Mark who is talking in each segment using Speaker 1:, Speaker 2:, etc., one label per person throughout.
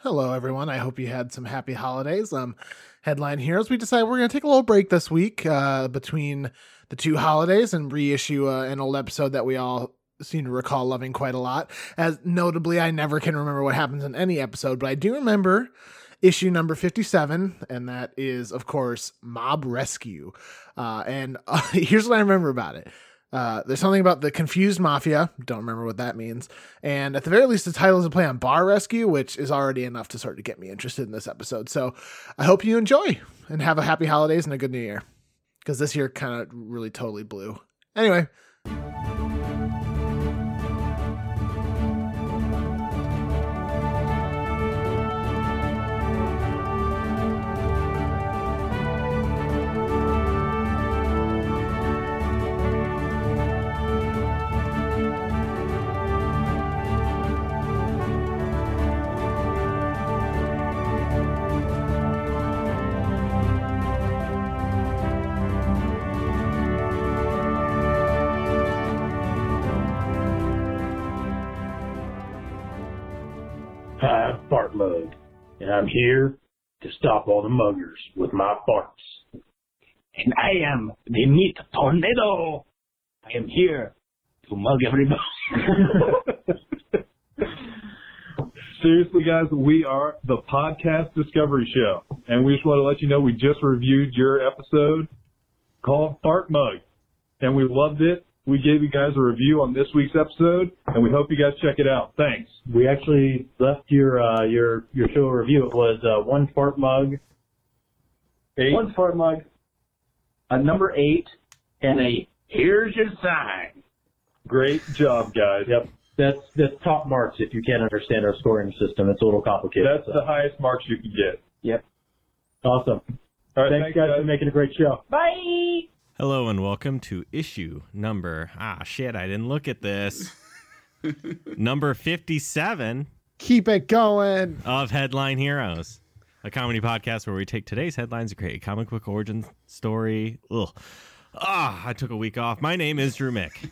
Speaker 1: Hello, everyone. I hope you had some happy holidays. Um, headline here is we decided we're going to take a little break this week uh, between the two holidays and reissue uh, an old episode that we all seem to recall loving quite a lot. As notably, I never can remember what happens in any episode, but I do remember issue number 57 and that is of course mob rescue uh, and uh, here's what i remember about it uh, there's something about the confused mafia don't remember what that means and at the very least the title is a play on bar rescue which is already enough to sort of get me interested in this episode so i hope you enjoy and have a happy holidays and a good new year because this year kind of really totally blew anyway
Speaker 2: Hi, I'm Fart Mug, and I'm here to stop all the muggers with my farts.
Speaker 3: and I am the meat tornado. I am here to mug everybody.
Speaker 4: Seriously, guys, we are the Podcast Discovery Show, and we just want to let you know we just reviewed your episode called Fart Mug, and we loved it. We gave you guys a review on this week's episode, and we hope you guys check it out. Thanks.
Speaker 2: We actually left your uh, your your show review. It was uh, one fart mug,
Speaker 4: Eight.
Speaker 2: one fart mug, a number eight, and a
Speaker 3: Here's your sign.
Speaker 4: Great job, guys.
Speaker 2: yep. That's that's top marks. If you can't understand our scoring system, it's a little complicated.
Speaker 4: That's the highest marks you can get.
Speaker 2: awesome.
Speaker 4: All right,
Speaker 2: Thanks, guys, for making a great show.
Speaker 5: Hello and welcome to issue number ah shit I didn't look at this number 57
Speaker 6: Keep it going.
Speaker 5: of Headline Heroes, a comedy podcast where we take today's headlines and create a comic book origin story. Ugh. Ah, I took a week off. My name is Drew Mick.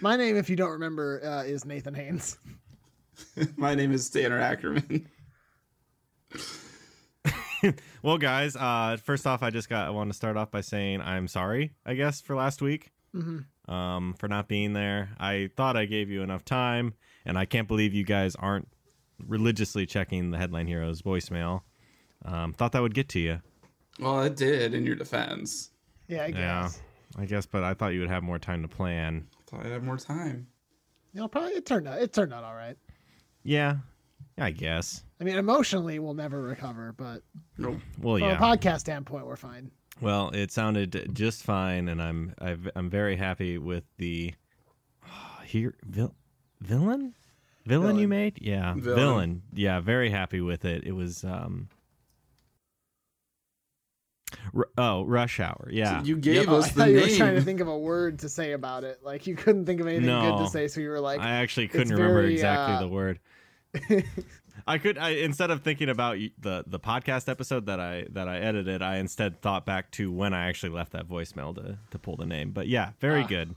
Speaker 1: my name if you don't remember uh, is nathan haynes
Speaker 7: My name is Tanner Ackerman.
Speaker 5: well, guys, uh, first off, I just got I want to start off by saying I'm sorry, I guess, for last week.
Speaker 1: Mhm.
Speaker 5: um, for not being there. I thought I gave you enough time, and I can't believe you guys aren't religiously checking the Headline Heroes voicemail. Um, thought that would get to you.
Speaker 7: Well, it did in your defense.
Speaker 1: yeah i guess
Speaker 5: I guess, but I thought you would have more time to plan.
Speaker 7: Thought I'd have more time.
Speaker 1: you know probably it turned out it turned out all right
Speaker 5: Yeah, I guess.
Speaker 1: i mean emotionally we'll never recover but
Speaker 7: Nope.
Speaker 5: Well,
Speaker 1: from
Speaker 5: yeah.
Speaker 1: a podcast standpoint we're fine
Speaker 5: Well, it sounded just fine, and I'm I've, I'm very happy with the here vil, villain? villain you
Speaker 1: Villain.
Speaker 5: made. Yeah,
Speaker 7: Villain.
Speaker 5: Yeah, very happy with it. It was um. Ru- oh, rush hour. Yeah,
Speaker 7: So you gave
Speaker 1: Oh, I
Speaker 7: us the
Speaker 1: thought you were trying to
Speaker 7: name.
Speaker 1: think of a word to say about it. Like you couldn't think of anything good
Speaker 5: No.
Speaker 1: to say, so you were like,
Speaker 5: I actually
Speaker 1: it's
Speaker 5: couldn't remember
Speaker 1: very,
Speaker 5: exactly
Speaker 1: uh,
Speaker 5: the word. I could I instead of thinking about y- the the podcast episode that I that I edited, I instead thought back to when I actually left that voicemail to to pull the name. But yeah, very
Speaker 1: Ah.
Speaker 5: good.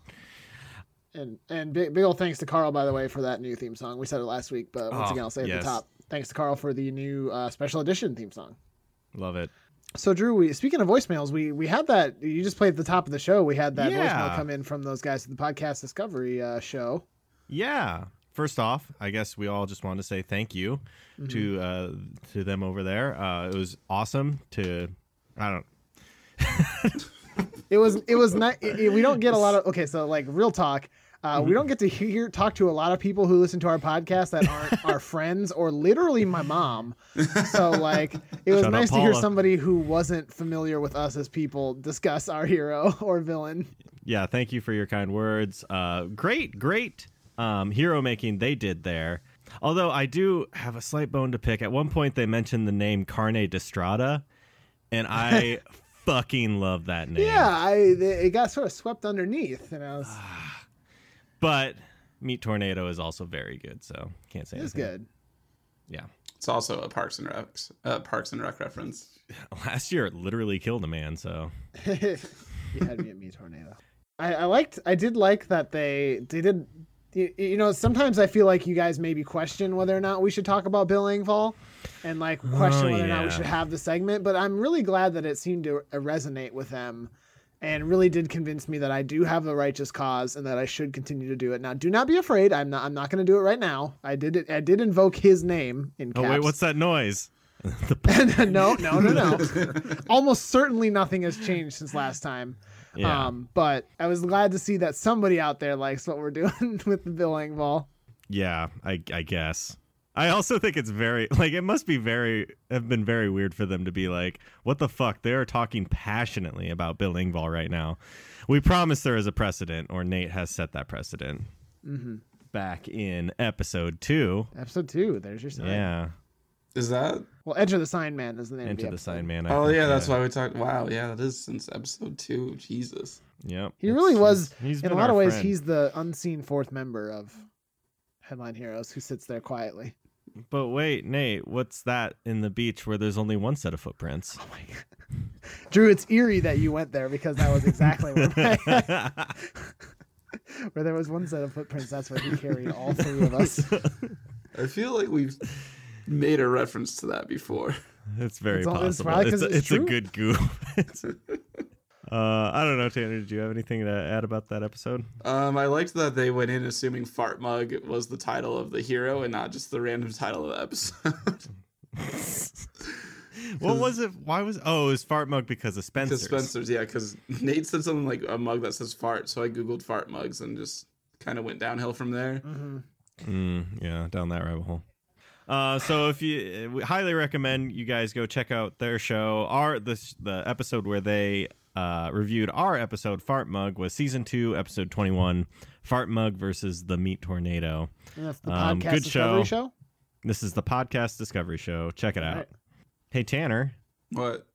Speaker 1: and and big, big old thanks to Carl by the way for that new theme song. We said it last week, but once
Speaker 5: Oh,
Speaker 1: again, I'll say at
Speaker 5: yes.
Speaker 1: the top, thanks to Carl for the new uh, special edition theme song.
Speaker 5: Love it.
Speaker 1: So Drew, we, speaking of voicemails, we we had that you just played at the top of the show. We had that voicemail
Speaker 5: Yeah.
Speaker 1: come in from those guys at the podcast discovery uh, show.
Speaker 5: Yeah. First off, I guess we all just want to say thank you
Speaker 1: Mm-hmm.
Speaker 5: to uh, to them over there. Uh, it was awesome to I don't
Speaker 1: It was it was not. It, it- we don't get a lot of okay. So like real talk. Uh, We don't get to hear talk to a lot of people who listen to our podcast that aren't our friends or literally my mom. So like it was
Speaker 5: Shut up,
Speaker 1: nice to hear
Speaker 5: Paula.
Speaker 1: somebody who wasn't familiar with us as people discuss our hero or villain.
Speaker 5: yeah, thank you for your kind words. Uh, great, great um, hero making they did there. Although I do have a slight bone to pick. At one point, they mentioned the name Carne d'Estrada, and I fucking love that name.
Speaker 1: Yeah, I they, it got sort of swept underneath, and I was
Speaker 5: But Meat Tornado is also very good, so can't say
Speaker 1: it was
Speaker 5: anything.
Speaker 1: good.
Speaker 5: Yeah.
Speaker 7: It's also a Parks and Rec, uh, Parks and Rec reference.
Speaker 5: Last year, it literally killed a man, so.
Speaker 1: you had me at me tornado. I, I liked I did like that they they did you, you know, sometimes I feel like you guys maybe question whether or not we should talk about Bill Engvall and like question
Speaker 5: Oh,
Speaker 1: whether or not we
Speaker 5: yeah.
Speaker 1: should have the segment, but I'm really glad that it seemed to uh, resonate with them and really did convince me that I do have the righteous cause and that I should continue to do it. Now, do not be afraid. I'm not I'm not going to do it right now. I did it I did invoke his name in
Speaker 5: Oh
Speaker 1: caps.
Speaker 5: wait, what's that noise?
Speaker 1: no, no, no, no. Almost certainly nothing has changed since last time.
Speaker 5: Yeah.
Speaker 1: Um, but I was glad to see that somebody out there likes what we're doing with the Bill Engvall.
Speaker 5: Yeah, I I guess. I also think it's very like it must be very have been very weird for them to be like, what the fuck? They are talking passionately about Bill Engvall right now. We promise there is a precedent, or Nate has set that precedent
Speaker 1: Mm-hmm.
Speaker 5: back in episode two.
Speaker 1: Episode two. There's your sign.
Speaker 5: Yeah,
Speaker 7: Is that?
Speaker 1: Well, Edge of the Sign Man is the name.
Speaker 5: into
Speaker 1: of
Speaker 5: the
Speaker 1: the
Speaker 5: sign
Speaker 1: Sign
Speaker 5: man. I
Speaker 7: Oh
Speaker 5: think,
Speaker 7: yeah, that's why we talked. Wow, yeah, that is since episode two. Jesus.
Speaker 5: Yep.
Speaker 1: He really was-
Speaker 5: He's
Speaker 1: In a
Speaker 5: been
Speaker 1: lot
Speaker 5: our
Speaker 1: of ways,
Speaker 5: friend.
Speaker 1: he's the unseen fourth member of Headline Heroes who sits there quietly.
Speaker 5: But wait, Nate, what's that in the beach where there's only one set of footprints?
Speaker 1: Oh my god, Drew, it's eerie that you went there because that was exactly where, my- where there was one set of footprints. That's where he carried all three of us.
Speaker 7: I feel like we've made a reference to that before.
Speaker 5: It's very
Speaker 1: It's all-
Speaker 5: possible.
Speaker 1: it's
Speaker 5: It's,
Speaker 1: probably 'cause
Speaker 5: a,
Speaker 1: it's
Speaker 5: it's a
Speaker 1: true.
Speaker 5: good goof. It's- uh, I don't know, Tanner. Did you have anything to add about that episode?
Speaker 7: Um, I liked that they went in assuming fart mug was the title of the hero and not just the random title of the episode.
Speaker 5: what was it? Why was? Oh, it was fart mug because of Spencer's.
Speaker 7: Because Spencer's, yeah, because Nate said something like a mug that says fart, so I googled fart mugs and just kind of went downhill from there.
Speaker 1: hmm
Speaker 5: Mm, yeah, down that rabbit hole. Uh, so if you, we highly recommend you guys go check out their show. Our this the episode where they uh, reviewed our episode Fart Mug was season two, episode twenty one, Fart Mug versus the Meat Tornado.
Speaker 1: And that's the
Speaker 5: Um,
Speaker 1: podcast
Speaker 5: good
Speaker 1: discovery
Speaker 5: show.
Speaker 1: show.
Speaker 5: This is the podcast discovery show. Check it out.
Speaker 1: Alright.
Speaker 5: Hey Tanner,
Speaker 7: What?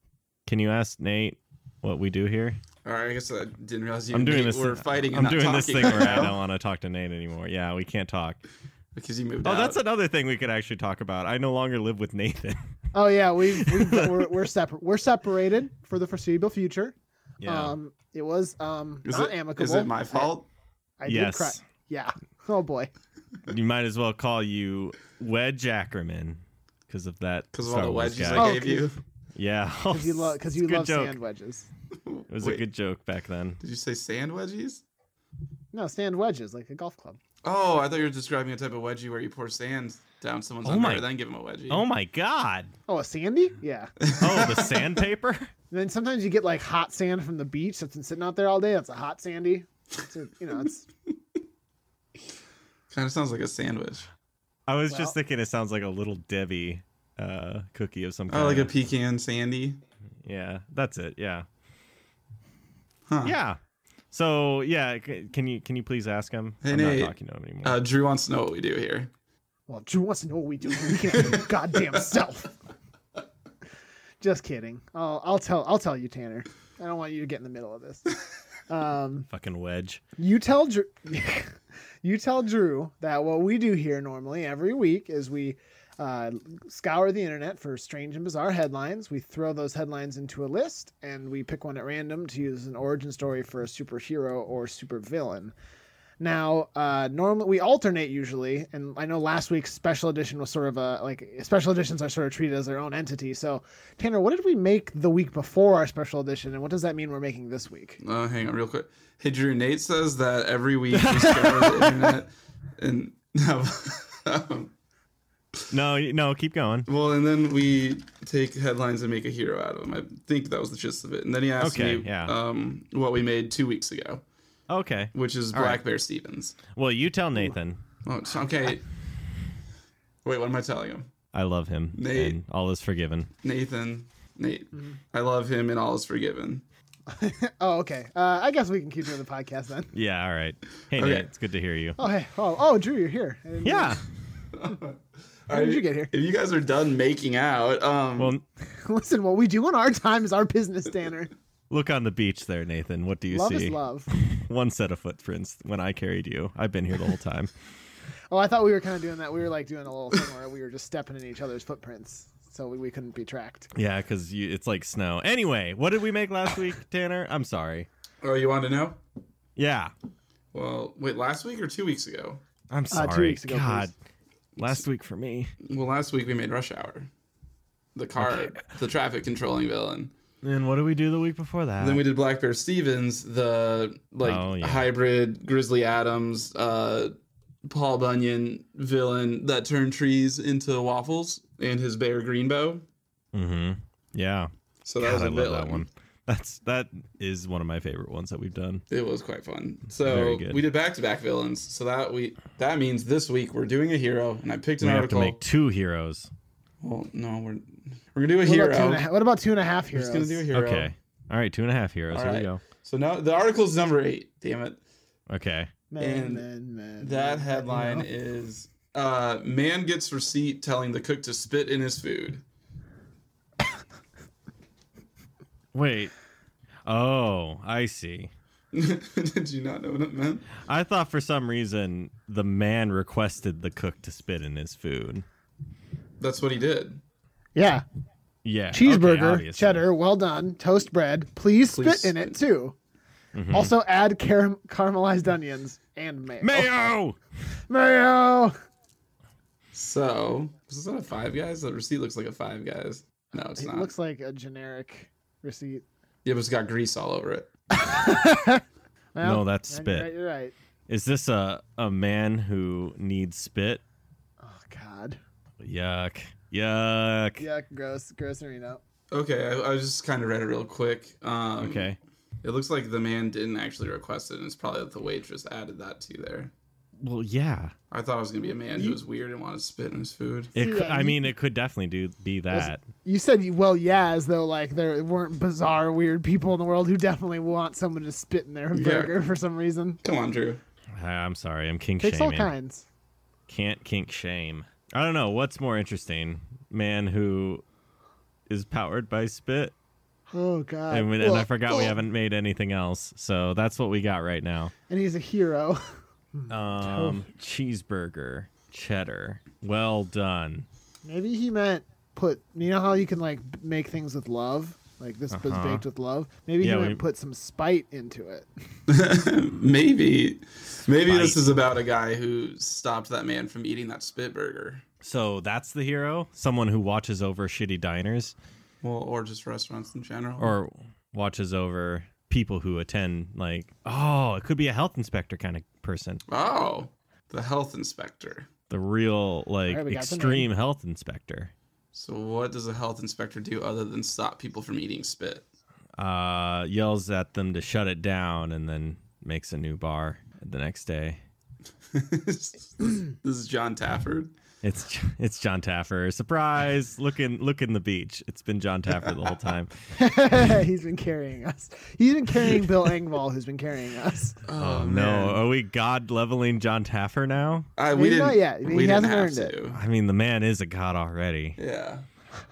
Speaker 5: can you ask Nate what we do here?
Speaker 7: All right, I guess I didn't realize you
Speaker 5: I'm
Speaker 7: and
Speaker 5: doing
Speaker 7: Nate
Speaker 5: this.
Speaker 7: were fighting and
Speaker 5: I'm
Speaker 7: not
Speaker 5: doing
Speaker 7: talking
Speaker 5: this thing where I
Speaker 7: now
Speaker 5: don't want to talk to Nate anymore. Yeah, we can't talk.
Speaker 7: because you moved
Speaker 5: Oh,
Speaker 7: out.
Speaker 5: that's another thing we could actually talk about. I no longer live with Nathan.
Speaker 1: Oh yeah, we we've, we're we're, separ- we're separated for the foreseeable future.
Speaker 5: Yeah.
Speaker 1: Um, it was um
Speaker 7: Is
Speaker 1: not
Speaker 7: it-
Speaker 1: amicable.
Speaker 7: Is it my fault?
Speaker 1: I, I did cry.
Speaker 5: yes.
Speaker 1: Yeah. Oh boy.
Speaker 5: You might as well call you Wed Ackerman because of that.
Speaker 7: Because of
Speaker 5: Star
Speaker 7: all the
Speaker 5: Wars
Speaker 7: wedges
Speaker 5: guy.
Speaker 1: Oh,
Speaker 7: I gave you.
Speaker 5: yeah.
Speaker 1: Because you love because you
Speaker 5: Good
Speaker 1: love
Speaker 5: joke.
Speaker 1: sand wedges.
Speaker 5: It was
Speaker 7: Wait,
Speaker 5: a good joke back then.
Speaker 7: Did you say sand wedgies?
Speaker 1: No, sand wedges like a golf club.
Speaker 7: Oh, I thought you were describing a type of wedgie where you pour sand down someone's
Speaker 5: Oh
Speaker 7: underwear
Speaker 5: my-
Speaker 7: and then give them a wedgie.
Speaker 5: Oh my God.
Speaker 1: Oh, a sandy? Yeah. And
Speaker 5: Oh, the sandpaper.
Speaker 1: then sometimes you get like hot sand from the beach that's been sitting out there all day. That's a hot sandy. It's a, you know, it's
Speaker 7: Kind of sounds like a sandwich.
Speaker 5: I was
Speaker 1: Well-
Speaker 5: just thinking it sounds like a little Debbie uh, cookie of some kind.
Speaker 7: Oh, like a pecan sandy.
Speaker 5: yeah, that's it. Yeah.
Speaker 7: Huh.
Speaker 5: Yeah. So yeah, c- can you can you please ask him?
Speaker 7: Hey,
Speaker 5: I'm
Speaker 7: Nate.
Speaker 5: not talking to him anymore.
Speaker 7: Uh, Drew wants to know what we do here.
Speaker 1: well, Drew wants to know what we do. We can't do it goddamn self. Just kidding. I'll I'll tell I'll tell you, Tanner. I don't want you to get in the middle of this. Um,
Speaker 5: Fucking wedge.
Speaker 1: You tell Drew, you tell Drew that what we do here normally every week is we uh, scour the internet for strange and bizarre headlines. We throw those headlines into a list and we pick one at random to use as an origin story for a superhero or supervillain. Now, uh, normally we alternate usually, and I know last week's special edition was sort of a like special editions are sort of treated as their own entity. So, Tanner, what did we make the week before our special edition, and what does that mean we're making this week?
Speaker 7: Oh, hang on real quick. Hey, Drew, Nate says that every week we scour the internet and no. um,
Speaker 5: No, y- no, keep going.
Speaker 7: well, and then we take headlines and make a hero out of them. I think that was the gist of it. And then he asked
Speaker 5: Okay,
Speaker 7: me
Speaker 5: yeah.
Speaker 7: um, what we made two weeks ago,
Speaker 5: Okay.
Speaker 7: which is
Speaker 5: All
Speaker 7: Black
Speaker 5: right.
Speaker 7: Bear Stevens.
Speaker 5: Well, you tell Nathan.
Speaker 7: Oh, it's- okay. Wait, what am I telling him?
Speaker 5: I love him.
Speaker 7: Nate.
Speaker 5: And all is forgiven.
Speaker 7: Nathan, Nate,
Speaker 5: Mm-hmm.
Speaker 7: I love him and all is forgiven.
Speaker 1: Oh, okay. Uh, I guess we can keep doing the podcast then.
Speaker 5: Yeah, all right. Hey,
Speaker 7: Okay.
Speaker 5: Nate, it's good to hear you.
Speaker 1: Oh, hey. Oh, oh, Drew, you're here. I didn't-
Speaker 5: Yeah.
Speaker 7: How
Speaker 1: did you get here?
Speaker 7: If you guys are done making out, um,
Speaker 5: Well,
Speaker 1: Listen, what we do on our time is our business, Tanner.
Speaker 5: look on the beach there, Nathan. What do you
Speaker 1: love
Speaker 5: see?
Speaker 1: is love.
Speaker 5: One set of footprints when I carried you. I've been here the whole time.
Speaker 1: Oh, I thought we were kind of doing that. We were like doing a little thing where we were just stepping in each other's footprints, so we, we couldn't be tracked.
Speaker 5: yeah, because it's like snow. Anyway, what did we make last week, Tanner? I'm sorry.
Speaker 7: oh, you want to know?
Speaker 5: Yeah.
Speaker 7: Well, wait, last week or two weeks ago?
Speaker 5: I'm
Speaker 1: Uh,
Speaker 5: sorry.
Speaker 1: two weeks ago,
Speaker 5: God, last week for me.
Speaker 7: Well, last week we made Rush Hour, the car, the traffic controlling villain.
Speaker 5: And what did we do the week before that?
Speaker 7: then we did Black Bear Stevens, the like
Speaker 5: Uh, Oh, yeah.
Speaker 7: hybrid Grizzly Adams, uh, Paul Bunyan villain that turned trees into waffles, and his bear Greenbow.
Speaker 5: Mm-hmm. Yeah.
Speaker 7: So that
Speaker 5: God,
Speaker 7: was a
Speaker 5: I love
Speaker 7: villain.
Speaker 5: that one. That's that is one of my favorite ones that we've done.
Speaker 7: It was quite fun.
Speaker 5: Very
Speaker 7: So
Speaker 5: good.
Speaker 7: we did back to back villains. So that we that means this week we're doing a hero, and I picked an
Speaker 5: we have to
Speaker 7: article.
Speaker 5: make two heroes.
Speaker 7: Well, no, we're we're gonna do a
Speaker 1: What
Speaker 7: hero.
Speaker 1: about, two and a half, what about two and a half
Speaker 7: We're
Speaker 1: heroes?
Speaker 7: just gonna do a hero.
Speaker 5: Okay. All right, two and a half heroes.
Speaker 7: All
Speaker 5: Here
Speaker 7: right.
Speaker 5: we go.
Speaker 7: So now the article's number eight. Damn it.
Speaker 5: Okay.
Speaker 1: Man,
Speaker 7: And
Speaker 1: man, man, man,
Speaker 7: That headline
Speaker 1: you know.
Speaker 7: is uh man gets receipt telling the cook to spit in his food.
Speaker 5: Wait. Oh, I see.
Speaker 7: Did you not know what it meant?
Speaker 5: I thought for some reason the man requested the cook to spit in his food.
Speaker 7: That's what he did.
Speaker 1: yeah,
Speaker 5: Yeah. okay,
Speaker 1: cheeseburger,
Speaker 5: obviously.
Speaker 1: cheddar, well done, toast bread. Please,
Speaker 7: Please
Speaker 1: spit in it
Speaker 7: spit. Mm-hmm.
Speaker 1: too.
Speaker 5: Mhm.
Speaker 1: Also, add caram- caramelized onions and mayo.
Speaker 5: Mayo.
Speaker 1: Mayo.
Speaker 7: So is that a five guys? The receipt looks like a five guys. No, it's
Speaker 1: It
Speaker 7: not.
Speaker 1: looks like a generic receipt.
Speaker 7: yeah, but it's got grease all over it.
Speaker 1: Well,
Speaker 5: no, that's
Speaker 1: yeah, You're
Speaker 5: spit.
Speaker 1: right. You're right.
Speaker 5: Is this a a man who needs spit?
Speaker 1: Oh God.
Speaker 5: Yuck. Yuck.
Speaker 1: Yeah, gross, gross arena.
Speaker 7: Okay, I, I just kind of read it real quick. Um,
Speaker 5: Okay.
Speaker 7: It looks like the man didn't actually request it, and it's probably that the waitress added that to there.
Speaker 5: Well, yeah.
Speaker 7: I thought it was gonna be a man who was weird and wanted to spit in his food.
Speaker 5: It.
Speaker 1: See,
Speaker 5: cou-
Speaker 1: yeah,
Speaker 5: I
Speaker 1: you-
Speaker 5: mean, it could definitely do be that.
Speaker 1: You said you- well, yeah, as though like there weren't bizarre, weird people in the world who definitely want someone to spit in their
Speaker 7: Yeah.
Speaker 1: burger for some reason.
Speaker 7: Come on, Drew.
Speaker 5: I- I'm sorry. I'm kink
Speaker 1: Takes all
Speaker 5: shaming.
Speaker 1: kinds.
Speaker 5: Can't kink shame. I don't know what's more interesting, man who is powered by spit,
Speaker 1: Oh God.
Speaker 5: and, we, and I
Speaker 1: Well,
Speaker 5: forgot we haven't made anything else, so that's what we got right now.
Speaker 1: and he's a hero.
Speaker 5: Um, cheeseburger, cheddar. Well done.
Speaker 1: Maybe he meant put. You know how you can like b- make things with love. Like this was
Speaker 5: Uh-huh.
Speaker 1: baked with love. Maybe
Speaker 5: Yeah,
Speaker 1: he meant
Speaker 5: we-
Speaker 1: put some spite into it.
Speaker 7: maybe, maybe
Speaker 5: Spite.
Speaker 7: this is about a guy who stopped that man from eating that spit burger.
Speaker 5: So that's the hero, someone who watches over shitty diners
Speaker 7: Well, or just restaurants in general.
Speaker 5: or watches over people who attend like oh, it could be a health inspector kind of person.
Speaker 7: oh, the health inspector.
Speaker 5: The real like
Speaker 1: Alright, we got the name.
Speaker 5: extreme health inspector.
Speaker 7: So, what does a health inspector do other than stop people from eating spit?
Speaker 5: Uh yells at them to shut it down and then makes a new bar the next day.
Speaker 7: this is John Tafford.
Speaker 5: It's it's John Taffer. Surprise! Look in look in the beach. It's been John Taffer the whole time.
Speaker 1: he's been carrying us. He's been carrying Bill Engvall, who's been carrying us.
Speaker 5: Oh,
Speaker 7: Um,
Speaker 5: no, are we god leveling John Taffer now?
Speaker 7: I,
Speaker 1: Maybe
Speaker 7: we didn't.
Speaker 1: not yet. I mean,
Speaker 7: we
Speaker 1: he
Speaker 7: didn't have
Speaker 1: hasn't earned
Speaker 7: to.
Speaker 5: I mean, the man is a god already.
Speaker 7: Yeah,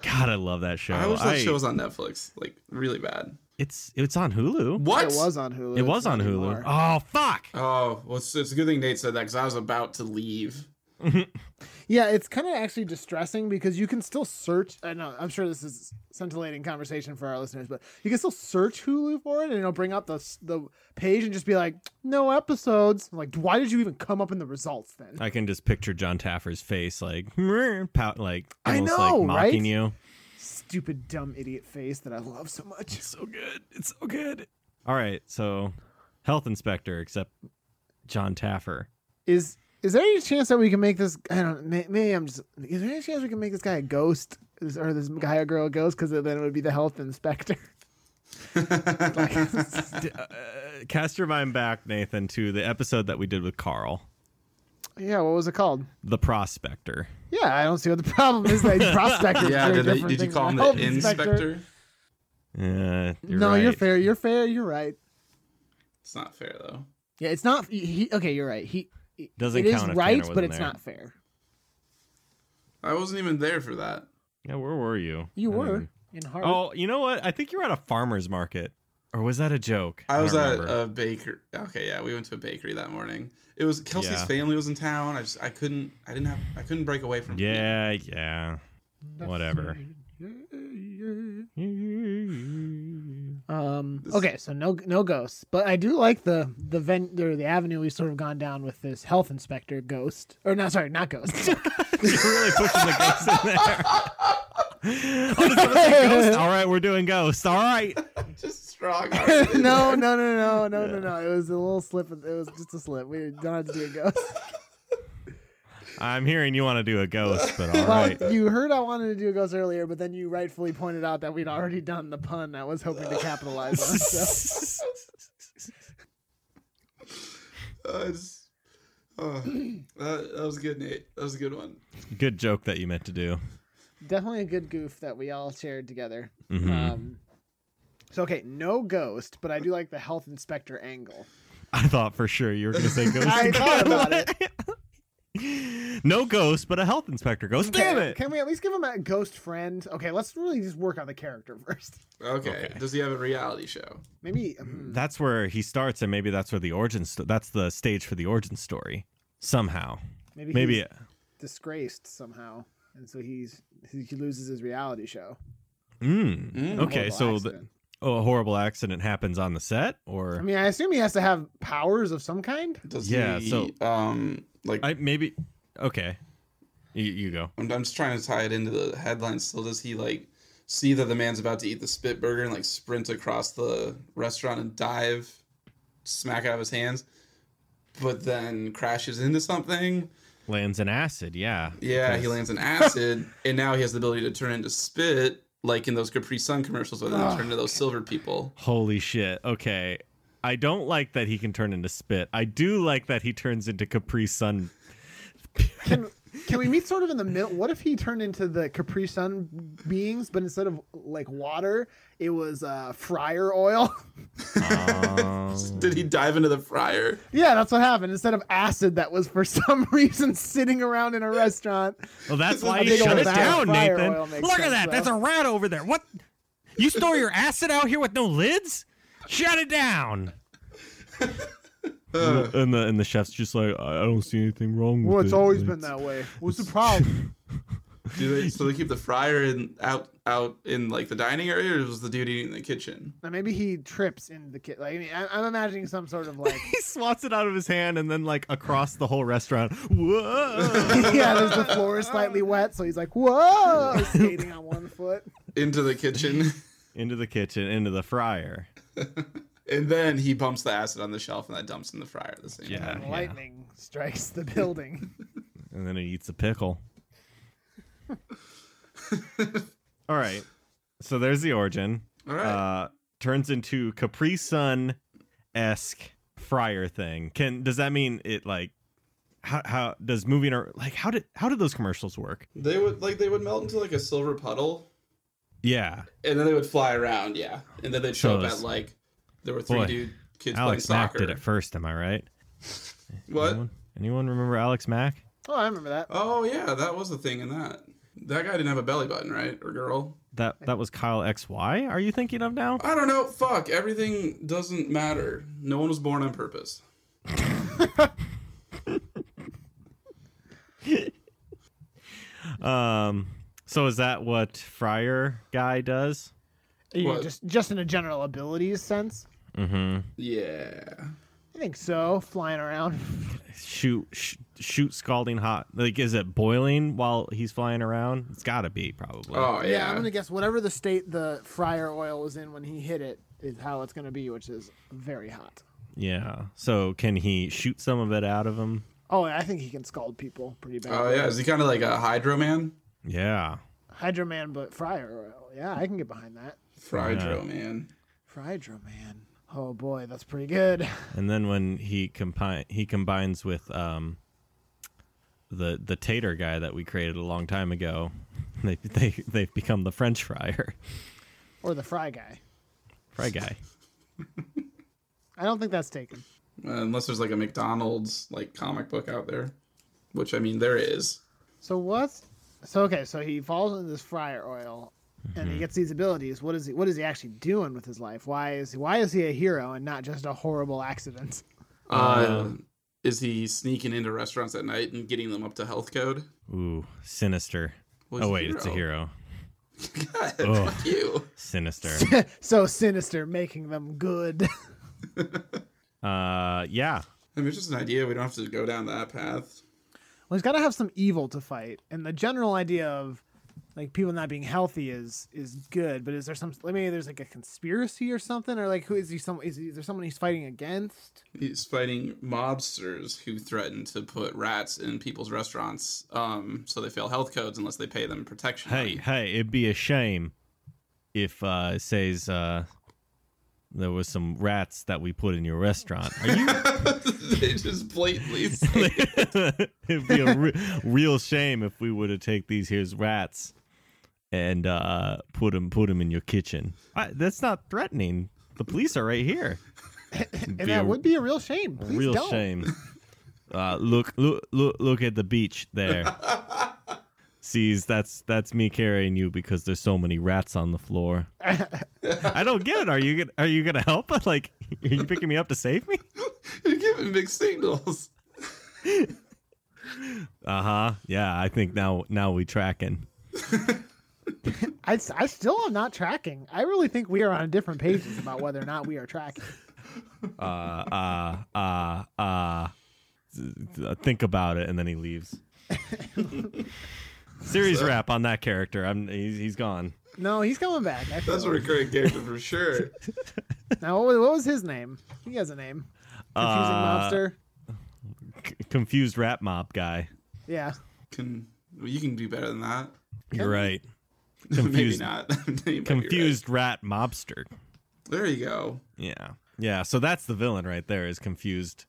Speaker 5: God, I love that show.
Speaker 7: I wish that
Speaker 5: I-
Speaker 7: show was on Netflix. Like really bad.
Speaker 5: It's it's on Hulu.
Speaker 7: What?
Speaker 1: It was on Hulu.
Speaker 5: It
Speaker 1: it's
Speaker 5: was
Speaker 1: not
Speaker 5: on Hulu.
Speaker 1: anymore.
Speaker 5: Oh fuck!
Speaker 7: Oh, well, it's, it's a good thing Nate said that because I was about to leave.
Speaker 1: Yeah, it's kind of actually distressing because you can still search. I know I'm sure this is scintillating conversation for our listeners, but you can still search Hulu for it, and it'll bring up the s- the page and just be like, "No episodes." I'm like, why did you even come up in the results then?
Speaker 5: I can just picture John Taffer's face, like "Mrr," pout, like
Speaker 1: I
Speaker 5: almost
Speaker 1: know,
Speaker 5: like mocking
Speaker 1: right?
Speaker 5: you.
Speaker 1: Stupid dumb idiot face that I love so much.
Speaker 5: So good. It's so good. All right, so health inspector, except John Taffer.
Speaker 1: Is is there any chance that we can make this? I don't. May, maybe I'm just. Is there any chance we can make this guy a ghost? Is- Or this guy or girl a ghost? Because then it would be the health inspector.
Speaker 5: D- uh, cast your mind back, Nathan, to the episode that we did with Carl,
Speaker 1: yeah, what was it called?
Speaker 5: the prospector.
Speaker 1: Yeah, I don't see what the problem is. Like prospector.
Speaker 7: Yeah, did, they, did you call him the inspector?
Speaker 5: Uh, you're
Speaker 1: no, you're
Speaker 5: right.
Speaker 1: fair. You're fair. You're right.
Speaker 7: It's not fair though.
Speaker 1: Yeah, it's not. He, he- okay, you're right. He he-
Speaker 5: Doesn't
Speaker 1: it is
Speaker 5: count if
Speaker 1: right,
Speaker 5: Tanner
Speaker 1: but
Speaker 5: wasn't
Speaker 1: it's
Speaker 5: there.
Speaker 1: not fair.
Speaker 7: I wasn't even there for that.
Speaker 5: Yeah, where were you?
Speaker 1: You
Speaker 5: I don't
Speaker 1: were
Speaker 5: even-
Speaker 1: in heart.
Speaker 5: Oh, you know what? I think you were at a farmer's market. Or was that a joke?
Speaker 7: I was
Speaker 5: don't
Speaker 7: at
Speaker 5: remember.
Speaker 7: a baker. Okay, yeah, we went to a bakery that morning. It was Kelsey's
Speaker 5: Yeah.
Speaker 7: family was in town. I just I couldn't I didn't have I couldn't break away from.
Speaker 5: Yeah, yeah. Whatever.
Speaker 1: Uh, Um,
Speaker 7: This-
Speaker 1: okay, so no no ghosts, but I do like the the ven- or the avenue we've sort of gone down with this health inspector ghost, or no, sorry, not ghost.
Speaker 5: You're really pushing the ghost in there. oh, does everyone say ghost? All right, we're doing ghosts. All right.
Speaker 7: Just strong.
Speaker 1: no, no, no, no, no, no, no. It was a little slip. It was just a slip. We don't have to do a ghost.
Speaker 5: I'm hearing you want to do a ghost, but all
Speaker 1: Well,
Speaker 5: right.
Speaker 1: you heard I wanted to do a ghost earlier, but then you rightfully pointed out that we'd already done the pun I was hoping to capitalize on. So.
Speaker 7: Uh, it's- uh, that, that was good, Nate. That was a good one.
Speaker 5: Good joke that you meant to do.
Speaker 1: Definitely a good goof that we all shared together.
Speaker 5: Mhm.
Speaker 1: Um, so, okay, no ghost, but I do like the health inspector angle.
Speaker 5: I thought for sure you were going to say ghost.
Speaker 1: I thought about
Speaker 5: it. no ghost, but a health inspector ghost. Damn
Speaker 1: Okay,
Speaker 5: it.
Speaker 1: Can we at least give him a ghost friend? Okay, let's really just work on the character first.
Speaker 7: Okay.
Speaker 5: Okay.
Speaker 7: Does he have a reality show?
Speaker 1: Maybe. hmm.
Speaker 5: That's where he starts, and maybe that's where the origin. St- that's the stage for the origin story. Somehow,
Speaker 1: Maybe,
Speaker 5: maybe
Speaker 1: he's disgraced somehow, and so he's he loses his reality show.
Speaker 5: Mm.
Speaker 7: Mm,
Speaker 5: okay,
Speaker 1: Horrible
Speaker 5: so the,
Speaker 1: accident.
Speaker 5: oh, a horrible accident happens on the set,
Speaker 1: I
Speaker 5: or
Speaker 1: mean, I assume he has to have powers of some kind.
Speaker 7: Does
Speaker 5: Yeah,
Speaker 7: he,
Speaker 5: so-
Speaker 7: um, like
Speaker 5: I maybe. Okay, you, you go.
Speaker 7: I'm, I'm just trying to tie it into the headline still. Does he like see that the man's about to eat the spit burger and like sprint across the restaurant and dive smack out of his hands, but then crashes into something?
Speaker 5: Lands in acid. Yeah.
Speaker 7: Yeah, he
Speaker 5: because-
Speaker 7: lands in acid and now he has the ability to turn into spit, like in those Capri Sun commercials where they turn into those silver people.
Speaker 5: Holy shit. Okay. I don't like that he can turn into spit. I do like that he turns into Capri Sun.
Speaker 1: Can, can we meet sort of in the middle? What if he turned into the Capri Sun beings, but instead of like water, it was uh, fryer oil?
Speaker 5: Um,
Speaker 7: Did he dive into the fryer?
Speaker 1: yeah, that's what happened. Instead of acid, that was for some reason sitting around in a restaurant.
Speaker 5: well, that's
Speaker 7: is
Speaker 5: why
Speaker 7: a
Speaker 5: he
Speaker 7: big
Speaker 5: shut
Speaker 7: old
Speaker 5: it
Speaker 7: vat
Speaker 5: down,
Speaker 1: of fire
Speaker 5: Nathan.
Speaker 1: oil
Speaker 5: Look
Speaker 1: makes
Speaker 5: at
Speaker 1: sense,
Speaker 5: that. That's a
Speaker 1: though.
Speaker 5: rat over there. What? You store your acid out here with no lids? Shut it down.
Speaker 7: Uh,
Speaker 5: and the and the chef's just like, I don't see anything wrong with
Speaker 1: Well, it's always been that way. What's the problem?
Speaker 7: do they so they keep the fryer in out out in like the dining area or was the dude eating in the kitchen?
Speaker 1: Now, maybe he trips in the kit. Like, I mean, I, I'm imagining some sort of like.
Speaker 5: He swats it out of his hand and then like across the whole restaurant. Whoa!
Speaker 1: yeah, there's the floor is slightly wet, so he's like, "Whoa!" skating on one foot.
Speaker 7: Into the kitchen.
Speaker 5: into the kitchen, into the fryer.
Speaker 7: And then he bumps the acid on the shelf and that dumps in the fryer at the same
Speaker 5: Yeah.
Speaker 7: time.
Speaker 1: And lightning strikes the building.
Speaker 5: And then he eats a pickle. All right. So there's the origin.
Speaker 7: All right.
Speaker 5: Uh turns into Capri Sun esque fryer thing. Can does that mean it like how how does moving or like how did how did those commercials work?
Speaker 7: they would like they would melt into like a silver puddle
Speaker 5: Yeah.
Speaker 7: and then they would fly around, yeah. And then they'd
Speaker 5: So
Speaker 7: show up
Speaker 5: it's-
Speaker 7: at like there were three
Speaker 5: Boy,
Speaker 7: dude kids
Speaker 5: Alex
Speaker 7: playing
Speaker 5: Mack
Speaker 7: soccer.
Speaker 5: did it first, am I right?
Speaker 7: What?
Speaker 5: Anyone, anyone remember Alex Mack?
Speaker 1: Oh, I remember that.
Speaker 7: Oh yeah, that was a thing in that. That guy didn't have a belly button, right? Or girl?
Speaker 5: That that was Kyle XY are you thinking of now?
Speaker 7: I don't know. Fuck. Everything doesn't matter. No one was born on purpose.
Speaker 5: Um so is that what fryer guy does?
Speaker 1: You
Speaker 7: What?
Speaker 1: Just just in a general abilities sense,
Speaker 5: Mm-hmm.
Speaker 7: Yeah.
Speaker 1: I think so. Flying around.
Speaker 5: shoot sh- shoot scalding hot like is it boiling while he's flying around it's gotta be probably
Speaker 7: Oh
Speaker 1: Yeah, I'm
Speaker 7: yeah.
Speaker 1: gonna guess whatever the state the fryer oil was in when he hit it is how it's gonna be, which is very hot.
Speaker 5: yeah so can he shoot some of it out of him
Speaker 1: Oh, I think he can scald people pretty bad.
Speaker 7: Oh yeah. Is he kind of like a hydro man?
Speaker 5: yeah
Speaker 1: Hydro Man, but fryer oil. Yeah, I can get behind that.
Speaker 7: Frydro man.
Speaker 1: Hydro Man. Oh boy, that's pretty good.
Speaker 5: and then when he compi- he combines with um the the tater guy that we created a long time ago they they they've become the french fryer
Speaker 1: Or the fry guy.
Speaker 5: fry guy
Speaker 1: I don't think that's taken.
Speaker 7: Uh, unless there's like a McDonald's like comic book out there, which I mean there is.
Speaker 1: So what's so okay? So he falls into this fryer oil, and he gets these abilities. What is he? What is he actually doing with his life? Why is why is he a hero and not just a horrible accident?
Speaker 7: Uh, is he sneaking into restaurants at night and getting them up to health code?
Speaker 5: ooh sinister
Speaker 7: Well, he's
Speaker 5: oh wait it's a hero
Speaker 7: God,
Speaker 5: Ugh.
Speaker 7: fuck you.
Speaker 5: Sinister.
Speaker 1: so sinister, making them good.
Speaker 5: Uh, yeah.
Speaker 7: I mean, it's just an idea. We don't have to go down that path.
Speaker 1: Well, he's got to have some evil to fight, and the general idea of like people not being healthy is is good. But is there some? like, Maybe there's like a conspiracy or something, or like who is he? Some is, he, is there someone he's fighting against?
Speaker 7: He's fighting mobsters who threaten to put rats in people's restaurants, um, so they fail health codes unless they pay them protection.
Speaker 5: Hey,
Speaker 7: money.
Speaker 5: hey, it'd be a shame if uh it says uh there was some rats that we put in your restaurant. Are you
Speaker 7: they just blatantly. say-
Speaker 5: It'd be a re- real shame if we were to take these here's rats and uh put them put 'em in your kitchen. I, that's not threatening. The police are right here.
Speaker 1: And that would be a real shame. Please
Speaker 5: real
Speaker 1: don't.
Speaker 5: shame. Uh, look, look, look, look at the beach there. Sees that's that's me carrying you because there's so many rats on the floor. I don't get it. Are you gonna, are you gonna help? Like, are you picking me up to save me?
Speaker 7: You're giving mixed signals.
Speaker 5: Uh huh. Yeah, I think now now we tracking.
Speaker 1: I, s- I still am not tracking. I really think we are on different pages about whether or not we are tracking.
Speaker 5: Uh uh uh uh. th- th- Think about it, and then he leaves. Series wrap on that character. I'm he's, he's gone.
Speaker 1: No, he's coming back. I
Speaker 7: That's a
Speaker 1: feel it.
Speaker 7: recurring character for sure.
Speaker 1: Now, what was, what was his name? He has a name. Confusing
Speaker 5: Uh,
Speaker 1: mobster.
Speaker 5: C- confused rap mob guy.
Speaker 1: Yeah.
Speaker 7: Can well, you can do better than that?
Speaker 5: You're right.
Speaker 7: Maybe
Speaker 5: Confused-
Speaker 7: not. You might be right.
Speaker 5: confused rat mobster.
Speaker 7: There you go.
Speaker 5: Yeah. Yeah. So that's the villain right there is confused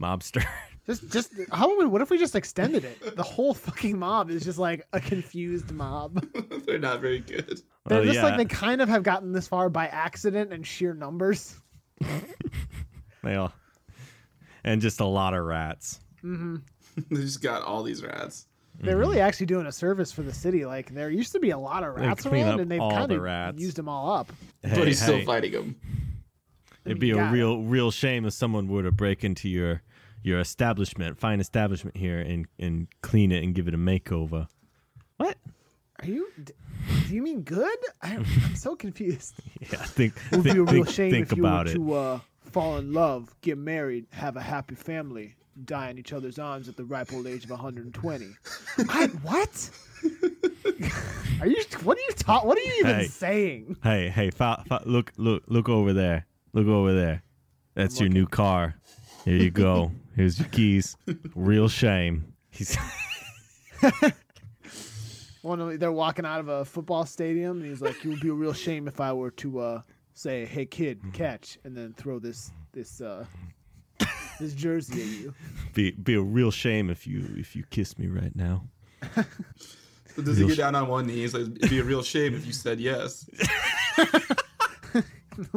Speaker 5: mobster.
Speaker 1: Just, just how would what if we just extended it? The whole fucking mob is just like a confused mob.
Speaker 7: They're not very good.
Speaker 1: They're
Speaker 5: Oh,
Speaker 1: just
Speaker 5: yeah.
Speaker 1: like they kind of have gotten this far by accident and sheer numbers.
Speaker 5: They all- and just a lot of rats.
Speaker 7: They just got all these rats.
Speaker 5: Mm-hmm.
Speaker 1: They're really actually doing a service for the city. Like there used to be a lot of
Speaker 5: They
Speaker 1: rats
Speaker 5: clean
Speaker 1: around,
Speaker 5: up
Speaker 1: and they've
Speaker 5: all
Speaker 1: kind
Speaker 5: the
Speaker 1: of
Speaker 5: rats.
Speaker 1: used them all up.
Speaker 5: Hey,
Speaker 7: but he's
Speaker 5: hey,
Speaker 7: still fighting them.
Speaker 5: It'd be
Speaker 1: Yeah.
Speaker 5: a real real shame if someone were to break into your your establishment, fine establishment here and and clean it and give it a makeover. What?
Speaker 1: Are you? d- Do you mean good? I, I'm so confused.
Speaker 5: Yeah, think
Speaker 1: It would be a
Speaker 5: think,
Speaker 1: real
Speaker 5: think,
Speaker 1: shame
Speaker 5: think
Speaker 1: if you were
Speaker 5: about it.
Speaker 1: to uh, fall in love, get married, have a happy family, die in each other's arms at the ripe old age of 120. I, what? are you? What are you ta- What are you even
Speaker 5: Hey.
Speaker 1: saying?
Speaker 5: Hey, hey, fa- fa- look, look, look over there. Look over there. That's your new car. Here you go. Here's your keys. Real shame. He's
Speaker 1: One, of- they're walking out of a football stadium, and he's like, "It would be a real shame if I were to uh, say, hey kid,
Speaker 5: Mm-hmm.
Speaker 1: catch,' and then throw this this uh, this jersey at you."
Speaker 5: be be a real shame if you if you kiss me right now.
Speaker 7: So does he
Speaker 5: Real
Speaker 7: get
Speaker 5: sh-
Speaker 7: down on one knee? He's like, it'd be a real shame if you said yes.
Speaker 1: The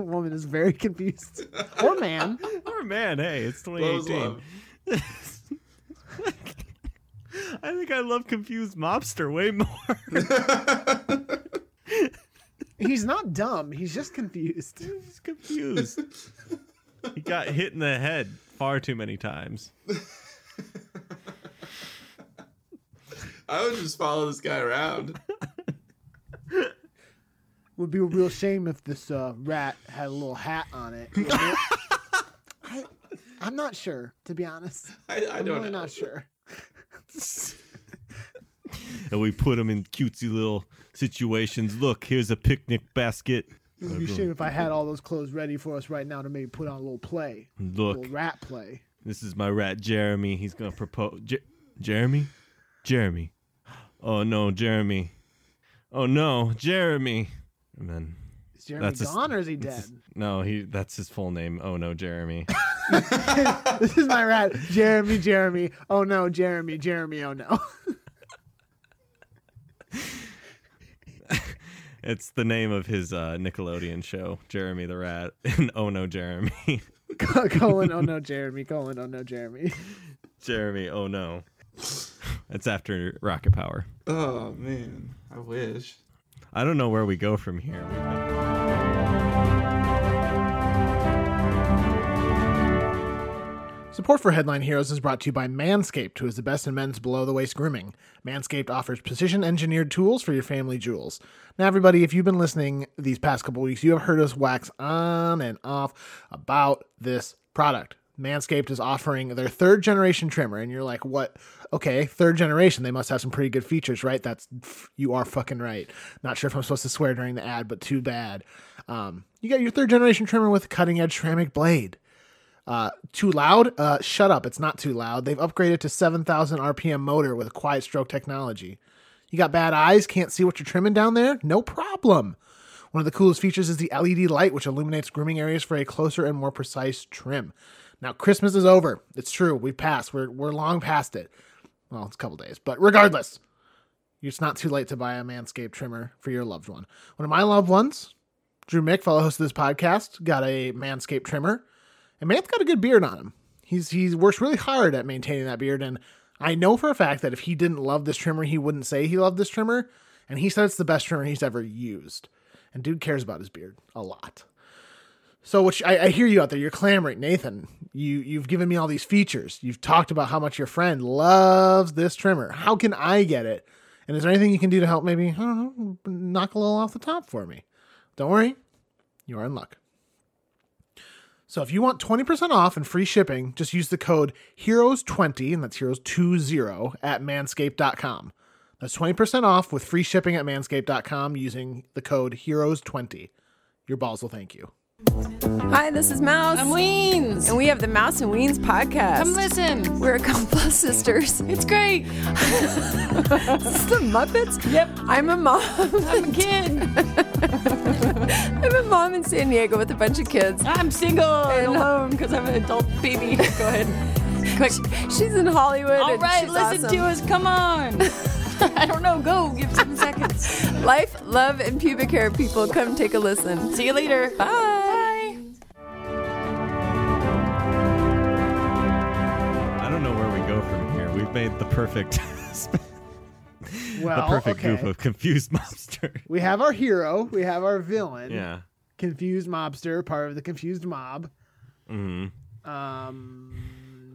Speaker 1: woman is very confused, or man.
Speaker 5: Or Oh, man, hey, it's
Speaker 7: Love is
Speaker 5: 2018.
Speaker 7: love.
Speaker 5: I think I love confused mobster way more.
Speaker 1: He's not dumb. He's just confused.
Speaker 5: He's confused. He got hit in the head far too many times.
Speaker 7: I would just follow this guy around.
Speaker 1: would be a real shame if this uh, rat had a little hat on it. I, I'm not sure, to be honest.
Speaker 7: I, I
Speaker 1: I'm
Speaker 7: don't
Speaker 1: really
Speaker 7: know.
Speaker 1: not sure.
Speaker 5: And we put him in cutesy little situations. Look, here's a picnic basket.
Speaker 1: It would be a shame if I had all those clothes ready for us right now to maybe put on a little play, a
Speaker 5: Look,
Speaker 1: little rat play.
Speaker 5: This is my rat, Jeremy. He's gonna propose. Jer- Jeremy, Jeremy. Oh no, Jeremy. Oh no, Jeremy. And then
Speaker 1: Is Jeremy
Speaker 5: That's a s-
Speaker 1: gone or is he
Speaker 5: it's
Speaker 1: dead?
Speaker 5: his- no, he. That's his full name. Oh no, Jeremy.
Speaker 1: this is my rat, Jeremy. Jeremy. Oh no, Jeremy. Jeremy. Oh no.
Speaker 5: it's the name of his uh, Nickelodeon show, Jeremy the Rat, and Oh no, Jeremy.
Speaker 1: Colin. Oh no, Jeremy. Colin. Oh no, Jeremy.
Speaker 5: Jeremy. Oh no. It's after Rocket Power.
Speaker 7: Oh man, I wish.
Speaker 5: I don't know where we go from here.
Speaker 1: Support for Headline Heroes is brought to you by Manscaped, who is the best in men's below the waist grooming. Manscaped offers precision engineered tools for your family jewels. Now, everybody, if you've been listening these past couple weeks, you have heard us wax on and off about this product. Manscaped is offering their third generation trimmer, and you're like, what? Okay, third generation. They must have some pretty good features, right? That's you are fucking right. Not sure if I'm supposed to swear during the ad, but too bad. Um, you got your third generation trimmer with a cutting edge ceramic blade. Uh, too loud? Uh, shut up. It's not too loud. They've upgraded to 7,000 RPM motor with quiet stroke technology. You got bad eyes? Can't see what you're trimming down there? No problem. One of the coolest features is the LED light, which illuminates grooming areas for a closer and more precise trim. Now, Christmas is over. It's true. We've passed. We're, we're long past it. Well, it's a couple days, but regardless, it's not too late to buy a Manscaped trimmer for your loved one. One of my loved ones, Drew Mick, fellow host of this podcast, got a Manscaped trimmer. And Man's got a good beard on him. He's he works really hard at maintaining that beard, and I know for a fact that if he didn't love this trimmer, he wouldn't say he loved this trimmer. And he said it's the best trimmer he's ever used. And dude cares about his beard a lot. So which I, I hear you out there, you're clamoring, Nathan. You you've given me all these features. You've talked about how much your friend loves this trimmer. How can I get it? And is there anything you can do to help maybe, I don't know, knock a little off the top for me? Don't worry, you are in luck. So if you want 20% off and free shipping, just use the code HEROES20, and that's HEROES20 at manscaped.com. That's 20% off with free shipping at manscaped.com using the code HEROES20. Your balls will thank you.
Speaker 8: Hi, this is Mouse.
Speaker 9: I'm Weens.
Speaker 8: And we have the Mouse and Weens podcast.
Speaker 9: Come listen.
Speaker 8: We're a couple of sisters.
Speaker 9: It's great.
Speaker 8: Is this the Muppets?
Speaker 9: Yep.
Speaker 8: I'm a mom.
Speaker 9: I'm a kid.
Speaker 8: I'm a mom in San Diego with a bunch of kids.
Speaker 9: I'm single
Speaker 8: And,
Speaker 9: and alone because I'm an adult baby. Go ahead. Quick.
Speaker 8: She's in Hollywood.
Speaker 9: All
Speaker 8: and
Speaker 9: right,
Speaker 8: she's
Speaker 9: listen
Speaker 8: awesome.
Speaker 9: to us. Come on. I don't know. Go. Give ten seconds.
Speaker 8: Life, love, and pubic hair people. Come take a listen.
Speaker 9: See you later.
Speaker 8: Bye.
Speaker 5: I don't know where we go from here. We've made the perfect, the
Speaker 10: Well,
Speaker 5: perfect
Speaker 10: okay.
Speaker 5: goof of confused mobsters.
Speaker 10: We have our hero. We have our villain.
Speaker 5: Yeah.
Speaker 10: Confused mobster, part of the confused mob.
Speaker 5: hmm
Speaker 10: Um,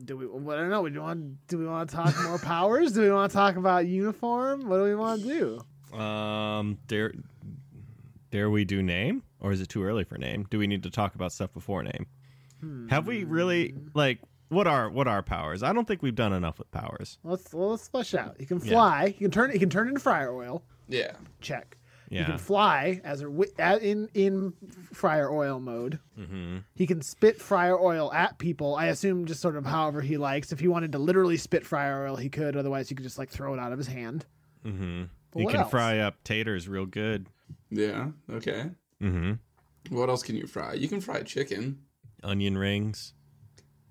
Speaker 10: do we? Well, I don't know. We do want. Do we want to talk more powers? Do we want to talk about uniform? What do we want to do?
Speaker 5: Um, dare, dare we do name, or is it too early for name? Do we need to talk about stuff before name? Have we really like what are what are powers? I don't think we've done enough with powers.
Speaker 10: Let's well, let's flesh out. He can
Speaker 5: Yeah.
Speaker 10: fly. He can turn. He can turn into fryer oil.
Speaker 7: Yeah.
Speaker 10: Check. He
Speaker 5: Yeah.
Speaker 10: can fly as a wi- at- in in fryer oil mode.
Speaker 5: Mm-hmm.
Speaker 10: He can spit fryer oil at people. I assume just sort of however he likes. If he wanted to literally spit fryer oil, he could. Otherwise, he could just like throw it out of his hand.
Speaker 5: Mm-hmm.
Speaker 10: But
Speaker 5: you
Speaker 10: what
Speaker 5: can
Speaker 10: else?
Speaker 5: fry up taters real good.
Speaker 7: Yeah. Okay.
Speaker 5: Mm-hmm.
Speaker 7: What else can you fry? You can fry chicken.
Speaker 5: Onion rings,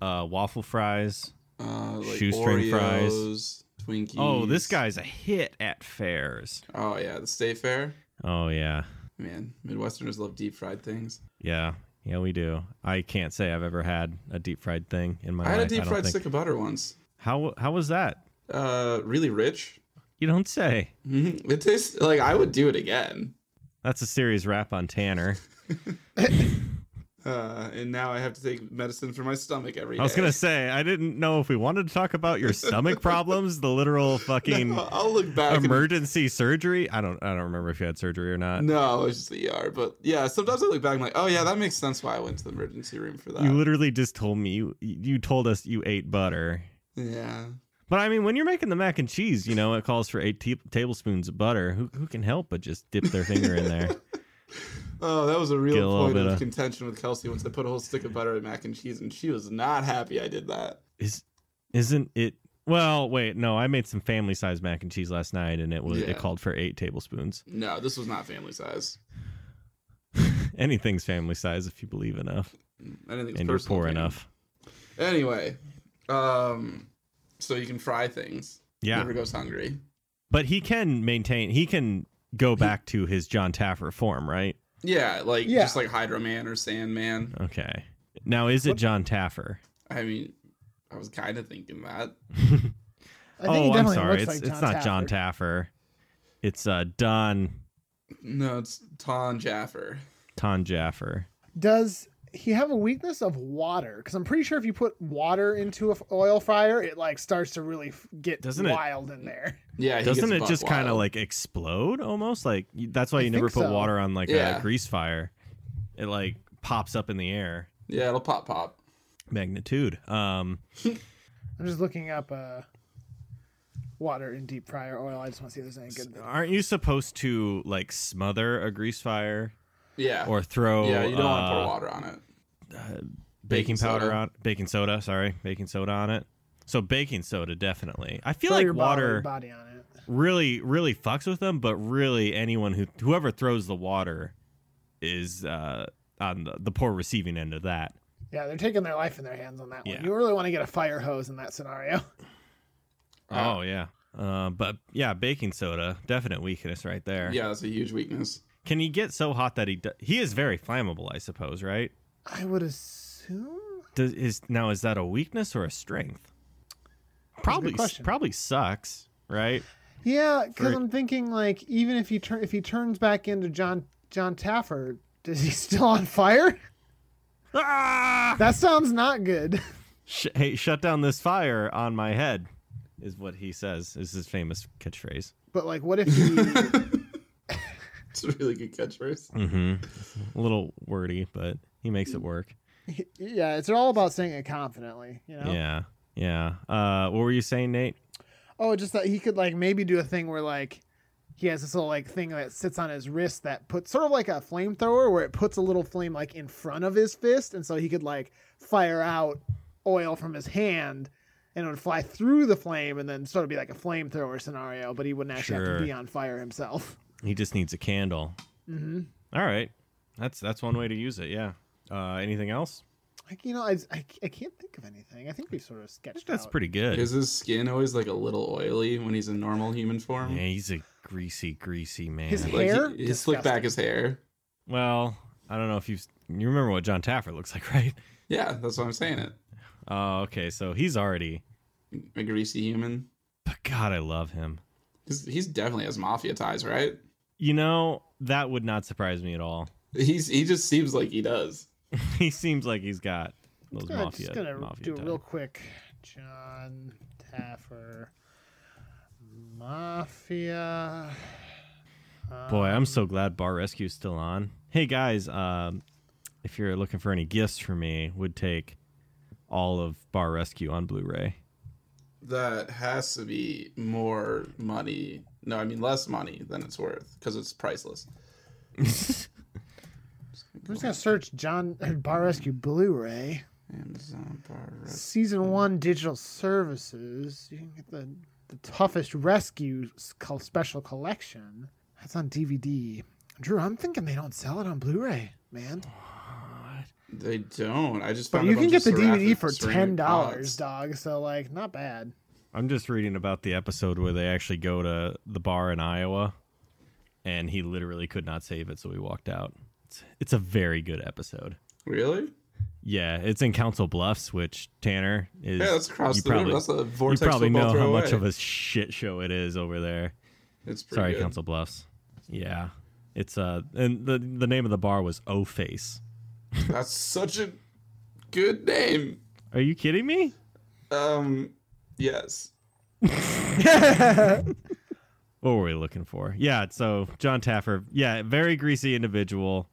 Speaker 5: uh, waffle fries.
Speaker 7: Uh, like
Speaker 5: Shoestring fries.
Speaker 7: Oreos, Twinkies.
Speaker 5: Oh, this guy's a hit at fairs.
Speaker 7: Oh yeah, the state fair.
Speaker 5: Oh yeah,
Speaker 7: Man, Midwesterners love deep fried things.
Speaker 5: yeah, yeah. We do. I can't say I've ever had a deep fried thing in my
Speaker 7: I had
Speaker 5: life.
Speaker 7: a deep
Speaker 5: don't
Speaker 7: fried
Speaker 5: think.
Speaker 7: stick of butter once.
Speaker 5: How how was that?
Speaker 7: Uh, really rich.
Speaker 5: You don't say.
Speaker 7: Mhm. It tastes like I would do it again.
Speaker 5: That's a serious rap on Tanner.
Speaker 7: Uh, and now I have to take medicine for my stomach every day.
Speaker 5: I was gonna say I didn't know if we wanted to talk about your stomach problems, the literal fucking
Speaker 7: No, I'll look back. and-
Speaker 5: emergency surgery. I don't I don't remember if you had surgery or not.
Speaker 7: No, it's just the ER. But yeah, sometimes I look back and I'm like, oh yeah, that makes sense why I went to the emergency room for that.
Speaker 5: You literally just told me you you told us you ate butter.
Speaker 7: yeah.
Speaker 5: But I mean, when you're making the mac and cheese, you know it calls for eight te- tablespoons of butter. Who who can help but just dip their finger in there?
Speaker 7: Oh, that was a
Speaker 5: Get a
Speaker 7: real
Speaker 5: little
Speaker 7: point
Speaker 5: bit
Speaker 7: of,
Speaker 5: of-
Speaker 7: contention with Kelsey once I put a whole stick of butter in mac and cheese, and she was not happy I did that.
Speaker 5: Is isn't it? Well, wait, no. I made some family size mac and cheese last night, and it was
Speaker 7: Yeah.
Speaker 5: it called for eight tablespoons.
Speaker 7: No, this was not family size.
Speaker 5: Anything's family size if you believe enough
Speaker 7: Anything's
Speaker 5: and you're
Speaker 7: personal
Speaker 5: poor
Speaker 7: to me.
Speaker 5: enough.
Speaker 7: Anyway, um, so you can fry things.
Speaker 5: Yeah.
Speaker 7: Never goes hungry.
Speaker 5: But he can maintain. He can go back to his John Taffer form, right?
Speaker 7: Yeah, like
Speaker 10: Yeah.
Speaker 7: just like Hydro Man or Sandman.
Speaker 5: Okay. Now is it John Taffer?
Speaker 7: I mean, I was kind of thinking that.
Speaker 10: I think he
Speaker 5: oh, I'm
Speaker 10: definitely
Speaker 5: sorry.
Speaker 10: looks
Speaker 5: It's
Speaker 10: like
Speaker 5: it's not John
Speaker 10: Taffer.
Speaker 5: Taffer. It's uh Don
Speaker 7: No, it's Ton Jaffer.
Speaker 5: Ton Jaffer.
Speaker 10: Does
Speaker 1: he have a weakness of water? Because I'm pretty sure if you put water into a f- oil fryer, it like starts to really f- get
Speaker 5: Doesn't it-
Speaker 1: wild in there.
Speaker 7: Yeah, he
Speaker 5: Doesn't
Speaker 7: gets
Speaker 5: it just
Speaker 7: buck
Speaker 5: kind of
Speaker 7: wild.
Speaker 5: like explode almost? Like you- that's why
Speaker 1: I
Speaker 5: you never
Speaker 1: think
Speaker 5: put
Speaker 1: so.
Speaker 5: water on like
Speaker 7: Yeah.
Speaker 5: a grease fire. It like pops up in the air.
Speaker 7: yeah, it'll pop pop.
Speaker 5: Magnitude. Um,
Speaker 1: I'm just looking up uh, water in deep fryer oil. I just want to see if there's any good.
Speaker 5: aren't you supposed to like smother a grease fire
Speaker 7: Yeah,
Speaker 5: or throw
Speaker 7: yeah, you don't want to
Speaker 5: uh,
Speaker 7: pour water on it.
Speaker 5: baking,
Speaker 7: baking
Speaker 5: powder
Speaker 7: soda.
Speaker 5: on baking soda? Sorry, baking soda on it. So baking soda definitely. I feel
Speaker 1: Throw
Speaker 5: like
Speaker 1: your body-
Speaker 5: water
Speaker 1: body on it.
Speaker 5: really really fucks with them, but really anyone who whoever throws the water is uh, on the, the poor receiving end of that.
Speaker 1: Yeah, they're taking their life in their hands on that
Speaker 5: Yeah.
Speaker 1: one. You really want to get a fire hose in that scenario.
Speaker 7: Uh,
Speaker 5: Oh yeah. Uh, but yeah, baking soda, definite weakness right there.
Speaker 7: Yeah, that's a huge weakness.
Speaker 5: Can he get so hot that he do- he is very flammable, I suppose, right?
Speaker 1: I would assume.
Speaker 5: Does is now is that a weakness or a strength? Probably
Speaker 1: question.
Speaker 5: probably sucks, right?
Speaker 1: Yeah, because
Speaker 5: Right.
Speaker 1: I'm thinking like even if he turn if he turns back into John John Taffer, is he still on fire?
Speaker 5: Ah!
Speaker 1: That sounds not good.
Speaker 5: Sh- hey, shut down this fire on my head is what he says. Is his famous catchphrase.
Speaker 1: But like, what if he?
Speaker 7: It's a really good catchphrase.
Speaker 5: Mhm. A little wordy, but he makes it work.
Speaker 1: yeah, it's all about saying it confidently, you know.
Speaker 5: Yeah. Yeah. Uh, what were you saying, Nate?
Speaker 1: Oh, just that he could like maybe do a thing where like he has this little like thing that sits on his wrist that puts sort of like a flamethrower where it puts a little flame like in front of his fist, and so he could like fire out oil from his hand. And it would fly through the flame and then sort of be like a flamethrower scenario, but he wouldn't actually have
Speaker 5: Sure.
Speaker 1: to be on fire himself.
Speaker 5: He just needs a candle.
Speaker 1: hmm
Speaker 5: All right. That's that's one way to use it. Yeah. Uh, anything else?
Speaker 1: Like, you know, I, I, I can't think of anything. I think we've sort of
Speaker 5: I think
Speaker 1: sketched
Speaker 5: that's
Speaker 1: out.
Speaker 5: pretty good.
Speaker 7: Is his skin always like a little oily when he's in normal human form?
Speaker 5: Yeah, he's a greasy, greasy man.
Speaker 1: His
Speaker 7: Like
Speaker 1: hair?
Speaker 7: he, he slicked back his hair.
Speaker 5: well, I don't know if you've you remember what John Taffer looks like, right?
Speaker 7: Yeah, that's why I'm saying it.
Speaker 5: Oh, okay. So he's already.
Speaker 7: A greasy human.
Speaker 5: But God, I love him.
Speaker 7: He's, he's definitely has mafia ties, right?
Speaker 5: You know that would not surprise me at all.
Speaker 7: He's he just seems like he does.
Speaker 5: he seems like he's got those
Speaker 1: Yeah,
Speaker 5: mafia.
Speaker 1: just gonna
Speaker 5: mafia
Speaker 1: do a
Speaker 5: type.
Speaker 1: real quick. John Taffer, mafia.
Speaker 5: Boy, I'm so glad Bar Rescue's still on. Hey guys, um, if you're looking for any gifts for me, would take all of Bar Rescue on Blu-ray.
Speaker 7: That has to be more money. No, I mean less money than it's worth because it's priceless.
Speaker 1: I'm just gonna search John or Bar Rescue Blu-ray
Speaker 7: Amazon Bar Rescue.
Speaker 1: season one digital services. You can get the the toughest rescue s- col- special collection. That's on DVD. Drew, I'm thinking they don't sell it on Blu-ray, man.
Speaker 7: They don't. I just
Speaker 1: But
Speaker 7: found
Speaker 1: you
Speaker 7: a
Speaker 1: can
Speaker 7: bunch
Speaker 1: get
Speaker 7: of
Speaker 1: the DVD
Speaker 7: seraphic
Speaker 1: for
Speaker 7: ceramic
Speaker 1: ten dollars,
Speaker 7: pots.
Speaker 1: dog. So like, not bad.
Speaker 5: I'm just reading about the episode where they actually go to the bar in Iowa, and he literally could not save it, so he walked out. It's, it's a very good episode.
Speaker 7: Really?
Speaker 5: Yeah, it's in Council Bluffs, which Tanner is.
Speaker 7: Yeah, that's across
Speaker 5: you
Speaker 7: the river. That's a
Speaker 5: you
Speaker 7: vortex
Speaker 5: probably know
Speaker 7: football
Speaker 5: how
Speaker 7: throw
Speaker 5: much
Speaker 7: away.
Speaker 5: of a shit show it is over there.
Speaker 7: It's pretty
Speaker 5: Sorry,
Speaker 7: good.
Speaker 5: Council Bluffs. Yeah, it's uh, and the the name of the bar was O Face.
Speaker 7: That's such a good name.
Speaker 5: Are you kidding me?
Speaker 7: Um, yes.
Speaker 5: What were we looking for? Yeah, so John Taffer, yeah, very greasy individual.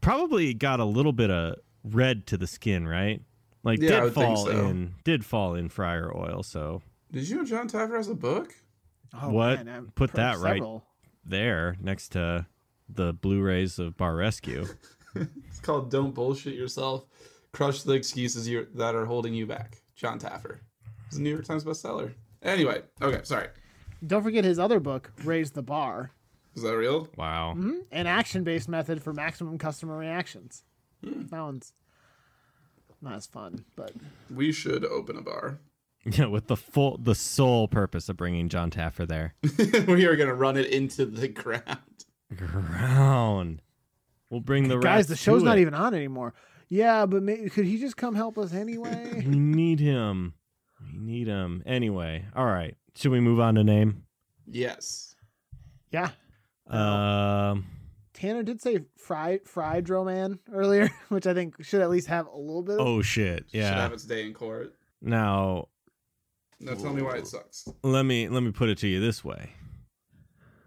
Speaker 5: Probably got a little bit of red to the skin, right? Like
Speaker 7: Yeah, I
Speaker 5: did
Speaker 7: would think
Speaker 5: fall
Speaker 7: so.
Speaker 5: in did fall in fryer oil, so
Speaker 7: Did you know John Taffer has a book?
Speaker 1: Oh,
Speaker 5: What?
Speaker 1: man, I've
Speaker 5: Put
Speaker 1: heard
Speaker 5: that right-
Speaker 1: several.
Speaker 5: there next to the Blu-rays of Bar Rescue.
Speaker 7: It's called "Don't Bullshit Yourself: Crush the Excuses you That Are Holding You Back." John Taffer. It's a New York Times bestseller. Anyway, okay, sorry.
Speaker 1: Don't forget his other book, Raise the Bar,
Speaker 7: Is that real?
Speaker 5: Wow.
Speaker 7: Mm-hmm.
Speaker 1: an action-based method for maximum customer reactions.
Speaker 5: Hmm.
Speaker 1: That one's not as fun, but
Speaker 7: We should open a bar.
Speaker 5: Yeah, with the full the sole purpose of bringing John Taffer there.
Speaker 7: we are gonna run it into the ground.
Speaker 5: Ground. We'll bring the
Speaker 1: guys,
Speaker 5: rats
Speaker 1: the show's
Speaker 5: to
Speaker 1: not
Speaker 5: it.
Speaker 1: even on anymore. Yeah, but may- could he just come help us anyway?
Speaker 5: We need him. We need him. Anyway, all right. Should we move on to name?
Speaker 7: Yes.
Speaker 1: yeah,
Speaker 5: Um,
Speaker 1: Tanner did say fried fried Roman earlier, which I think should at least have a little bit of
Speaker 5: Oh shit.
Speaker 7: Should
Speaker 5: Yeah.
Speaker 7: have its day in court.
Speaker 5: Now
Speaker 7: Now tell me why it sucks.
Speaker 5: let me let me put it to you this way.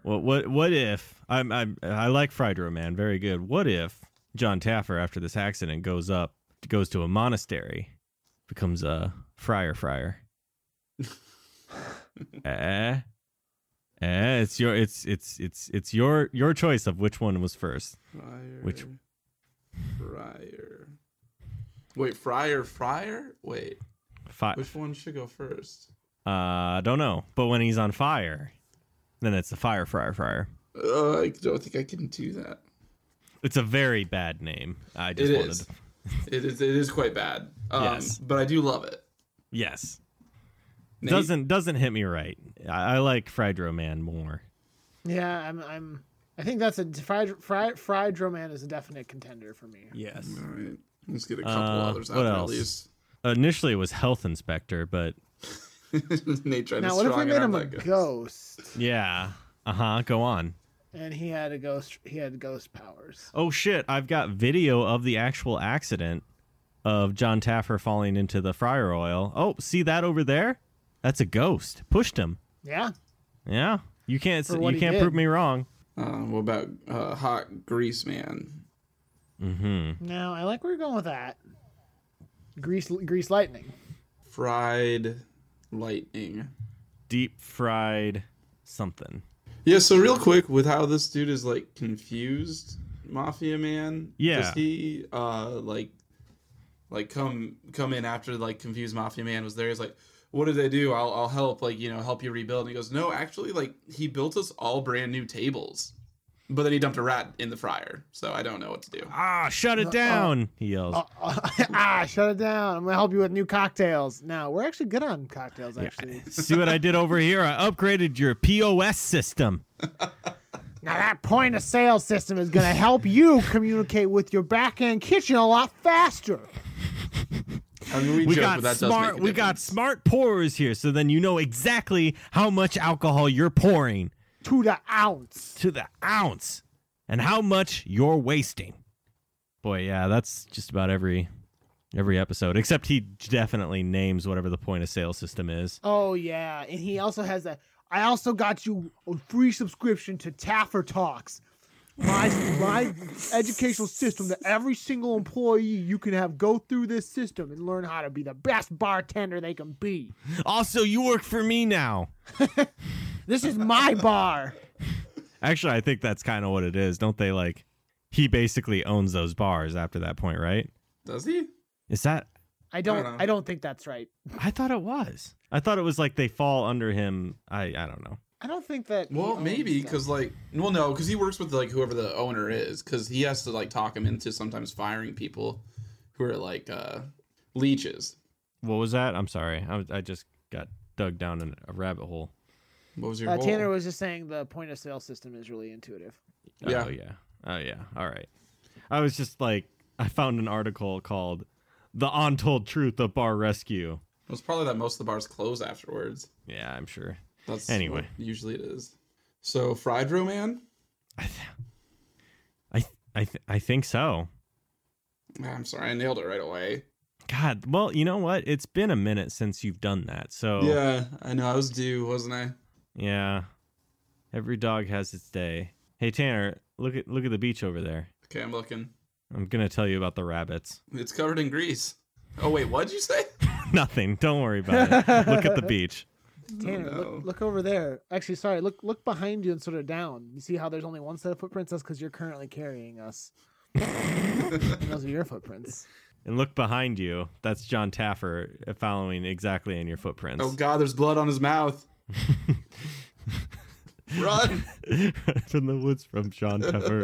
Speaker 5: Well, what what if I'm I'm I like fried man, very good. What if John Taffer after this accident goes up goes to a monastery, becomes a friar friar. eh, eh, it's your it's it's it's it's your your choice of which one was first.
Speaker 7: Friar.
Speaker 5: Which-
Speaker 7: Friar. Wait, Friar, Friar? Wait,
Speaker 5: Fi-
Speaker 7: which one should go first?
Speaker 5: uh, don't know, but when he's on fire, then it's the fire friar friar.
Speaker 7: Uh, I don't think I can do that.
Speaker 5: It's a very bad name. I just
Speaker 7: It
Speaker 5: wanted.
Speaker 7: is. It is, it is quite bad. Um,
Speaker 5: Yes.
Speaker 7: But I do love it.
Speaker 5: Yes.
Speaker 7: Nate?
Speaker 5: doesn't doesn't hit me right. I, I like fried man more.
Speaker 1: yeah. I'm I'm I think that's a fried fried fried Roman is a definite contender for me.
Speaker 5: Yes.
Speaker 7: All right. Let's get a couple
Speaker 5: Uh,
Speaker 7: others out
Speaker 5: what
Speaker 7: there at
Speaker 5: else?
Speaker 7: least.
Speaker 5: Initially, it was health inspector, but
Speaker 7: Nate tried to
Speaker 1: now what if we
Speaker 7: strong
Speaker 1: made
Speaker 7: arm
Speaker 1: him a
Speaker 7: that guy.
Speaker 1: ghost
Speaker 5: yeah. Uh huh. Go on.
Speaker 1: and he had a ghost he had ghost powers?
Speaker 5: Oh shit! I've got video of the actual accident of John Taffer falling into the fryer oil. Oh, see that over there? That's a ghost. Pushed him.
Speaker 1: Yeah.
Speaker 5: Yeah. You can't. s-
Speaker 1: For what he
Speaker 5: You can't
Speaker 1: did.
Speaker 5: prove me wrong.
Speaker 7: Uh, what about uh, Hot Grease Man?
Speaker 5: Mm-hmm.
Speaker 1: No, I like where you're going with that. Grease grease lightning.
Speaker 7: Fried Lightning.
Speaker 5: Deep fried something.
Speaker 7: Yeah, so real quick with how this dude is like confused mafia man.
Speaker 5: Yeah.
Speaker 7: Does he uh like like come come in after like confused mafia man was there? He's like, What did they do? I'll I'll help, like, you know, help you rebuild. And he goes, No, actually, like he built us all brand new tables. But then he dumped a rat in the fryer, so I don't know what to do.
Speaker 5: Ah! Shut it down! he yells.
Speaker 1: Oh, oh, ah, shut it down. I'm gonna help you with new cocktails. No, we're actually good on cocktails. Actually,
Speaker 5: See what I did over here? I upgraded your POS system.
Speaker 1: now that point of sale system is gonna help you communicate with your back end kitchen a lot faster.
Speaker 7: I mean,
Speaker 5: we
Speaker 7: joke,
Speaker 5: got
Speaker 7: but that does make
Speaker 5: smart
Speaker 7: a
Speaker 5: we got
Speaker 7: difference.
Speaker 5: smart pourers here so then you know exactly how much alcohol you're pouring
Speaker 1: To the ounce.
Speaker 5: to the ounce and how much you're wasting boy yeah that's just about every every episode except he definitely names whatever the point of sale system is
Speaker 1: Oh yeah, and he also has a. I also got you a free subscription to Taffer Talks, my my educational system that every single employee you can have go through this system and learn how to be the best bartender they can be.
Speaker 5: also you work for me now
Speaker 1: This is my bar.
Speaker 5: actually i think that's kind of what it is don't they like he basically owns those bars after that point right
Speaker 7: Does he?
Speaker 5: is that
Speaker 1: I don't.
Speaker 7: know.
Speaker 1: I don't think that's right.
Speaker 5: i thought it was i thought it was like they fall under him i i don't know
Speaker 1: I don't think that. Oh, he
Speaker 7: Well,
Speaker 1: owns
Speaker 7: maybe
Speaker 1: them.
Speaker 7: because like, well, no, because he works with like whoever the owner is, because he has to like talk him into sometimes firing people who are like uh leeches.
Speaker 5: What was that? I'm sorry. I, was- I just got dug down in a rabbit hole.
Speaker 7: What was your
Speaker 1: uh,
Speaker 7: goal?
Speaker 1: Tanner was just saying the point of sale system is really intuitive.
Speaker 7: Yeah.
Speaker 5: Oh yeah. Oh yeah. All right. I was just like, I found an article called "The Untold Truth of Bar Rescue."
Speaker 7: It was probably that most of the bars close afterwards.
Speaker 5: Yeah, I'm sure.
Speaker 7: That's
Speaker 5: Anyway.
Speaker 7: what usually it is. So fried roman.
Speaker 5: I, th- I, th- I, th- I think so.
Speaker 7: Ah, I'm sorry, I nailed it right away.
Speaker 5: God. Well, you know what? It's been a minute since you've done that. So
Speaker 7: Yeah, I know. I was due, wasn't I?
Speaker 5: yeah. Every dog has its day. Hey Tanner, look at look at the beach over there.
Speaker 7: Okay, I'm looking.
Speaker 5: I'm gonna tell you about the rabbits.
Speaker 7: It's covered in grease. Oh wait, what'd you say?
Speaker 5: Nothing. Don't worry about it. Look at the beach. Oh,
Speaker 1: Tanner,
Speaker 7: no.
Speaker 1: look, look over there. Actually, sorry. Look, look behind you and sort of down. You see how there's only one set of footprints? That's because you're currently carrying us. And those are your footprints.
Speaker 5: And look behind you. That's John Taffer following exactly in your footprints.
Speaker 7: Oh God, there's blood on his mouth. Run!
Speaker 5: from the woods from John Teffer.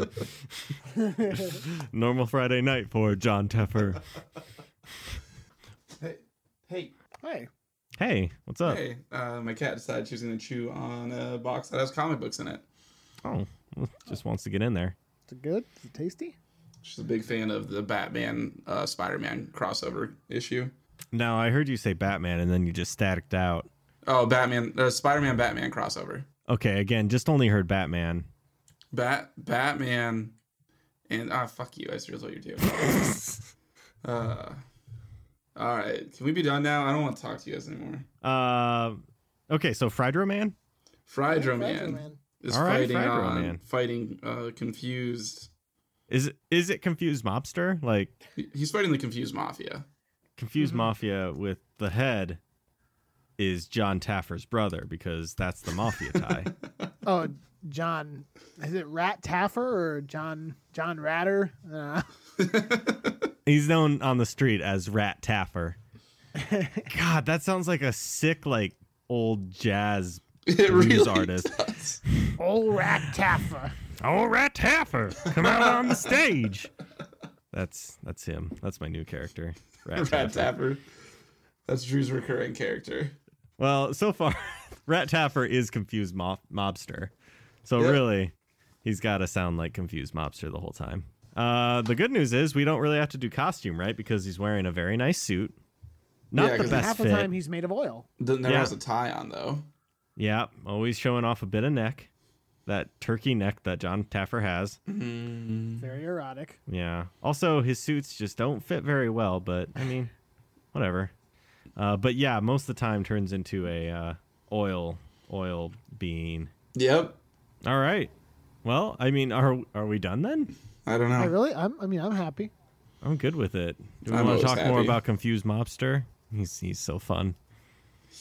Speaker 5: Normal Friday night for John Teffer.
Speaker 7: Hey, hey,
Speaker 1: Hey,
Speaker 5: Hey, what's up?
Speaker 7: Hey, uh, my cat decided she was going to chew on a box that has comic books in it.
Speaker 5: Oh, well, just wants to get in there.
Speaker 1: is it good? Is it tasty?
Speaker 7: She's a big fan of the Batman uh, Spider Man crossover issue.
Speaker 5: Now I heard you say Batman, and then you just staticked out.
Speaker 7: Oh, Batman, uh, Spider Man Batman crossover.
Speaker 5: Okay, again, just only heard Batman.
Speaker 7: Bat Batman and ah fuck you, I just realized what you're doing. uh, all right, can we be done now? I don't want to talk to you guys anymore.
Speaker 5: Uh, okay, so Frydro Man.
Speaker 7: Frydro Man
Speaker 1: Man.
Speaker 7: is
Speaker 5: All right,
Speaker 7: fighting
Speaker 5: Frydro
Speaker 7: on
Speaker 5: Man.
Speaker 7: fighting uh confused.
Speaker 5: Is it- is it confused mobster? Like
Speaker 7: he- He's fighting the confused mafia.
Speaker 5: confused mafia with the head is John Taffer's brother because that's the mafia tie.
Speaker 1: Oh, John. Is it Rat Taffer or John John Ratter? Uh,
Speaker 5: He's known on the street as Rat Taffer. God, that sounds like a sick like old jazz
Speaker 7: It
Speaker 5: Blues
Speaker 7: really
Speaker 5: artist.
Speaker 7: does.
Speaker 1: old Rat Taffer.
Speaker 5: Oh, Rat Taffer, come out on the stage. That's that's him. That's my new character, Rat,
Speaker 7: Rat
Speaker 5: Taffer.
Speaker 7: Tapper. That's Drew's recurring character.
Speaker 5: Well, so far, Rat Taffer is confused mob- mobster. So
Speaker 7: Yeah.
Speaker 5: really, he's got to sound like confused mobster the whole time. Uh, the good news is we don't really have to do costume, right? Because he's wearing a very nice suit. Not
Speaker 7: Yeah,
Speaker 5: the
Speaker 7: 'cause
Speaker 5: best
Speaker 1: Half
Speaker 5: fit.
Speaker 1: the time he's made of oil.
Speaker 7: Th- Never
Speaker 5: Yeah.
Speaker 7: has a tie on though.
Speaker 5: Yeah, always showing off a bit of neck. That turkey neck that John Taffer has. Mm-hmm.
Speaker 1: Very erotic.
Speaker 5: Yeah. Also, his suits just don't fit very well, but I mean, whatever. Uh, but yeah, most of the time turns into a uh, oil oil being.
Speaker 7: Yep.
Speaker 5: All right. Well, I mean, are are we done then?
Speaker 7: I
Speaker 5: Oh.
Speaker 7: don't
Speaker 1: I
Speaker 7: know.
Speaker 1: really, I'm, I mean, I'm happy.
Speaker 5: I'm good with it. Do we
Speaker 7: I'm
Speaker 5: want
Speaker 7: always
Speaker 5: to talk more
Speaker 7: happy.
Speaker 5: about confused mobster? He's he's so fun.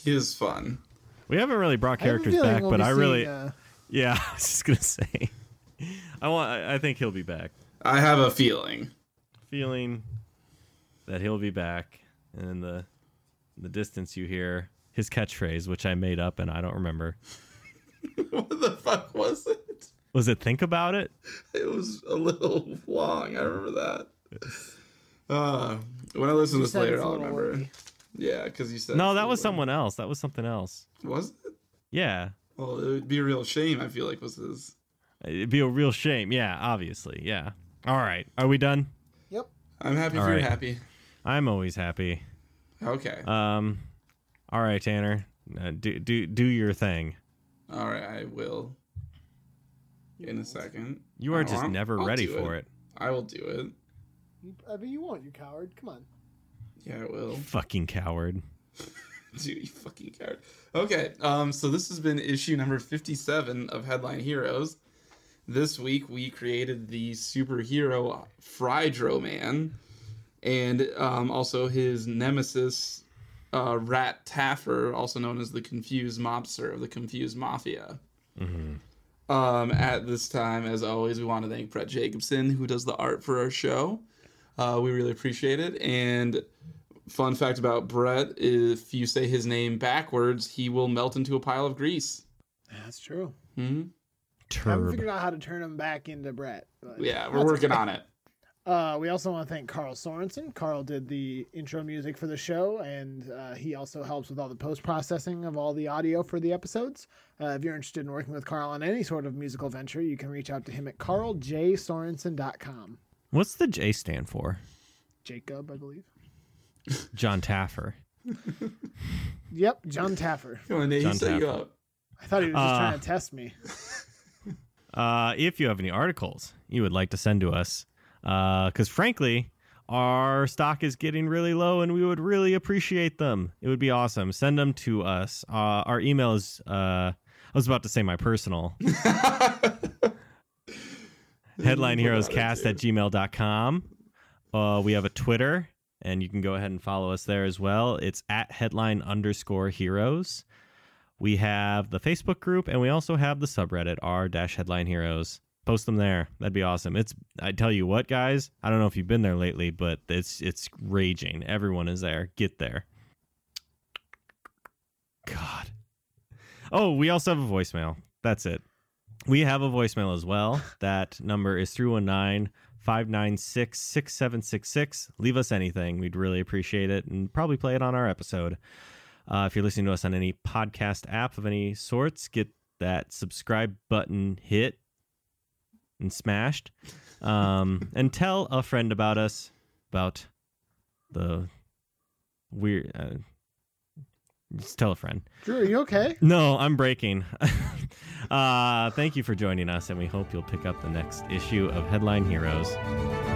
Speaker 7: He is fun.
Speaker 5: We haven't really brought
Speaker 1: I have a
Speaker 5: characters
Speaker 1: feeling
Speaker 5: back,
Speaker 1: we'll
Speaker 5: but
Speaker 1: be
Speaker 5: I really
Speaker 1: seeing, uh,
Speaker 5: yeah. I was just gonna say, I want. I I think he'll be back.
Speaker 7: I have a feeling.
Speaker 5: Feeling that he'll be back, and in the in the distance you hear his catchphrase, which I made up and I don't remember.
Speaker 7: what the fuck was it?
Speaker 5: Was it think about it?
Speaker 7: It was a little long. I remember that. Uh, when I listen to
Speaker 1: you
Speaker 7: this
Speaker 1: said
Speaker 7: later,
Speaker 1: it's a
Speaker 7: I'll
Speaker 1: little
Speaker 7: remember.
Speaker 1: wordy.
Speaker 7: Yeah, because you said.
Speaker 5: No,
Speaker 7: it's
Speaker 5: that
Speaker 7: a
Speaker 5: was
Speaker 7: little
Speaker 5: someone
Speaker 7: wordy.
Speaker 5: else. That was something else.
Speaker 7: Was it?
Speaker 5: Yeah.
Speaker 7: Well, it would be a real shame. I feel like was his.
Speaker 5: It'd be a real shame. Yeah, obviously. Yeah. All right. Are we done?
Speaker 7: I'm happy if
Speaker 5: All
Speaker 7: you're
Speaker 5: right.
Speaker 7: happy.
Speaker 5: I'm always happy.
Speaker 7: Okay.
Speaker 5: Um, all right, Tanner. Uh, do do do your thing.
Speaker 7: All right, I will. In a second.
Speaker 5: You are
Speaker 7: Oh,
Speaker 5: just
Speaker 7: I'm-
Speaker 5: never
Speaker 7: I'll
Speaker 5: ready
Speaker 7: do
Speaker 5: for it.
Speaker 7: I will do it.
Speaker 1: You- I mean, you won't, you coward. Come on.
Speaker 7: Yeah, I will.
Speaker 5: Fucking coward.
Speaker 7: Dude, you fucking coward. Okay, um, so this has been issue number 57 of Headline Heroes. This week we created the superhero Frydro Man and um, also his nemesis, uh, Rat Taffer, also known as the Confused Mobster of the Confused Mafia. Um, at this time, as always, we want to thank Brett Jacobson, who does the art for our show. Uh, we really appreciate it. And fun fact about Brett if you say his name backwards, he will melt into a pile of grease.
Speaker 1: That's true.
Speaker 7: hmm
Speaker 1: I haven't
Speaker 5: Turb.
Speaker 1: figured out how to turn him back into Brett. but-
Speaker 7: Yeah, we're working on it.
Speaker 1: Uh, we also want to thank Carl Sorensen. Carl did the intro music for the show, and uh, he also helps with all the post processing of all the audio for the episodes. Uh, if you're interested in working with Carl on any sort of musical venture, you can reach out to him at carljsorensen.com.
Speaker 5: What's the J stand for?
Speaker 1: Jacob, I believe.
Speaker 5: John Taffer.
Speaker 1: Yep, John Taffer.
Speaker 7: Come on, Nate, he
Speaker 5: John
Speaker 7: set you
Speaker 5: Taffer.
Speaker 7: up.
Speaker 1: I thought he was just
Speaker 5: Uh,
Speaker 1: trying to test me.
Speaker 5: Uh, if you have any articles you would like to send to us, because frankly, our stock is getting really low and we would really appreciate them. It would be awesome. Send them to us. Uh, our email is, uh, I was about to say my personal, headlineheroescast at gmail.com. Uh, we have a Twitter, and you can go ahead and follow us there as well. It's at headline underscore heroes. We have the Facebook group, and we also have the subreddit r dash headline heroes. Post them there. That'd be awesome. It's I tell you what, guys. I don't know if you've been there lately, but it's it's raging. Everyone is there. Get there. God. Oh, we also have a voicemail. That's it. We have a voicemail as well. That number is 319 596 6766. Leave us anything. We'd really appreciate it and probably play it on our episode. Uh, if you're listening to us on any podcast app of any sorts, get that subscribe button hit and smashed. Um, and tell a friend about us, about the weird. Uh, just tell a friend.
Speaker 1: Drew, are you okay?
Speaker 5: No, I'm breaking. Uh, thank you for joining us, and we hope you'll pick up the next issue of Headline Heroes.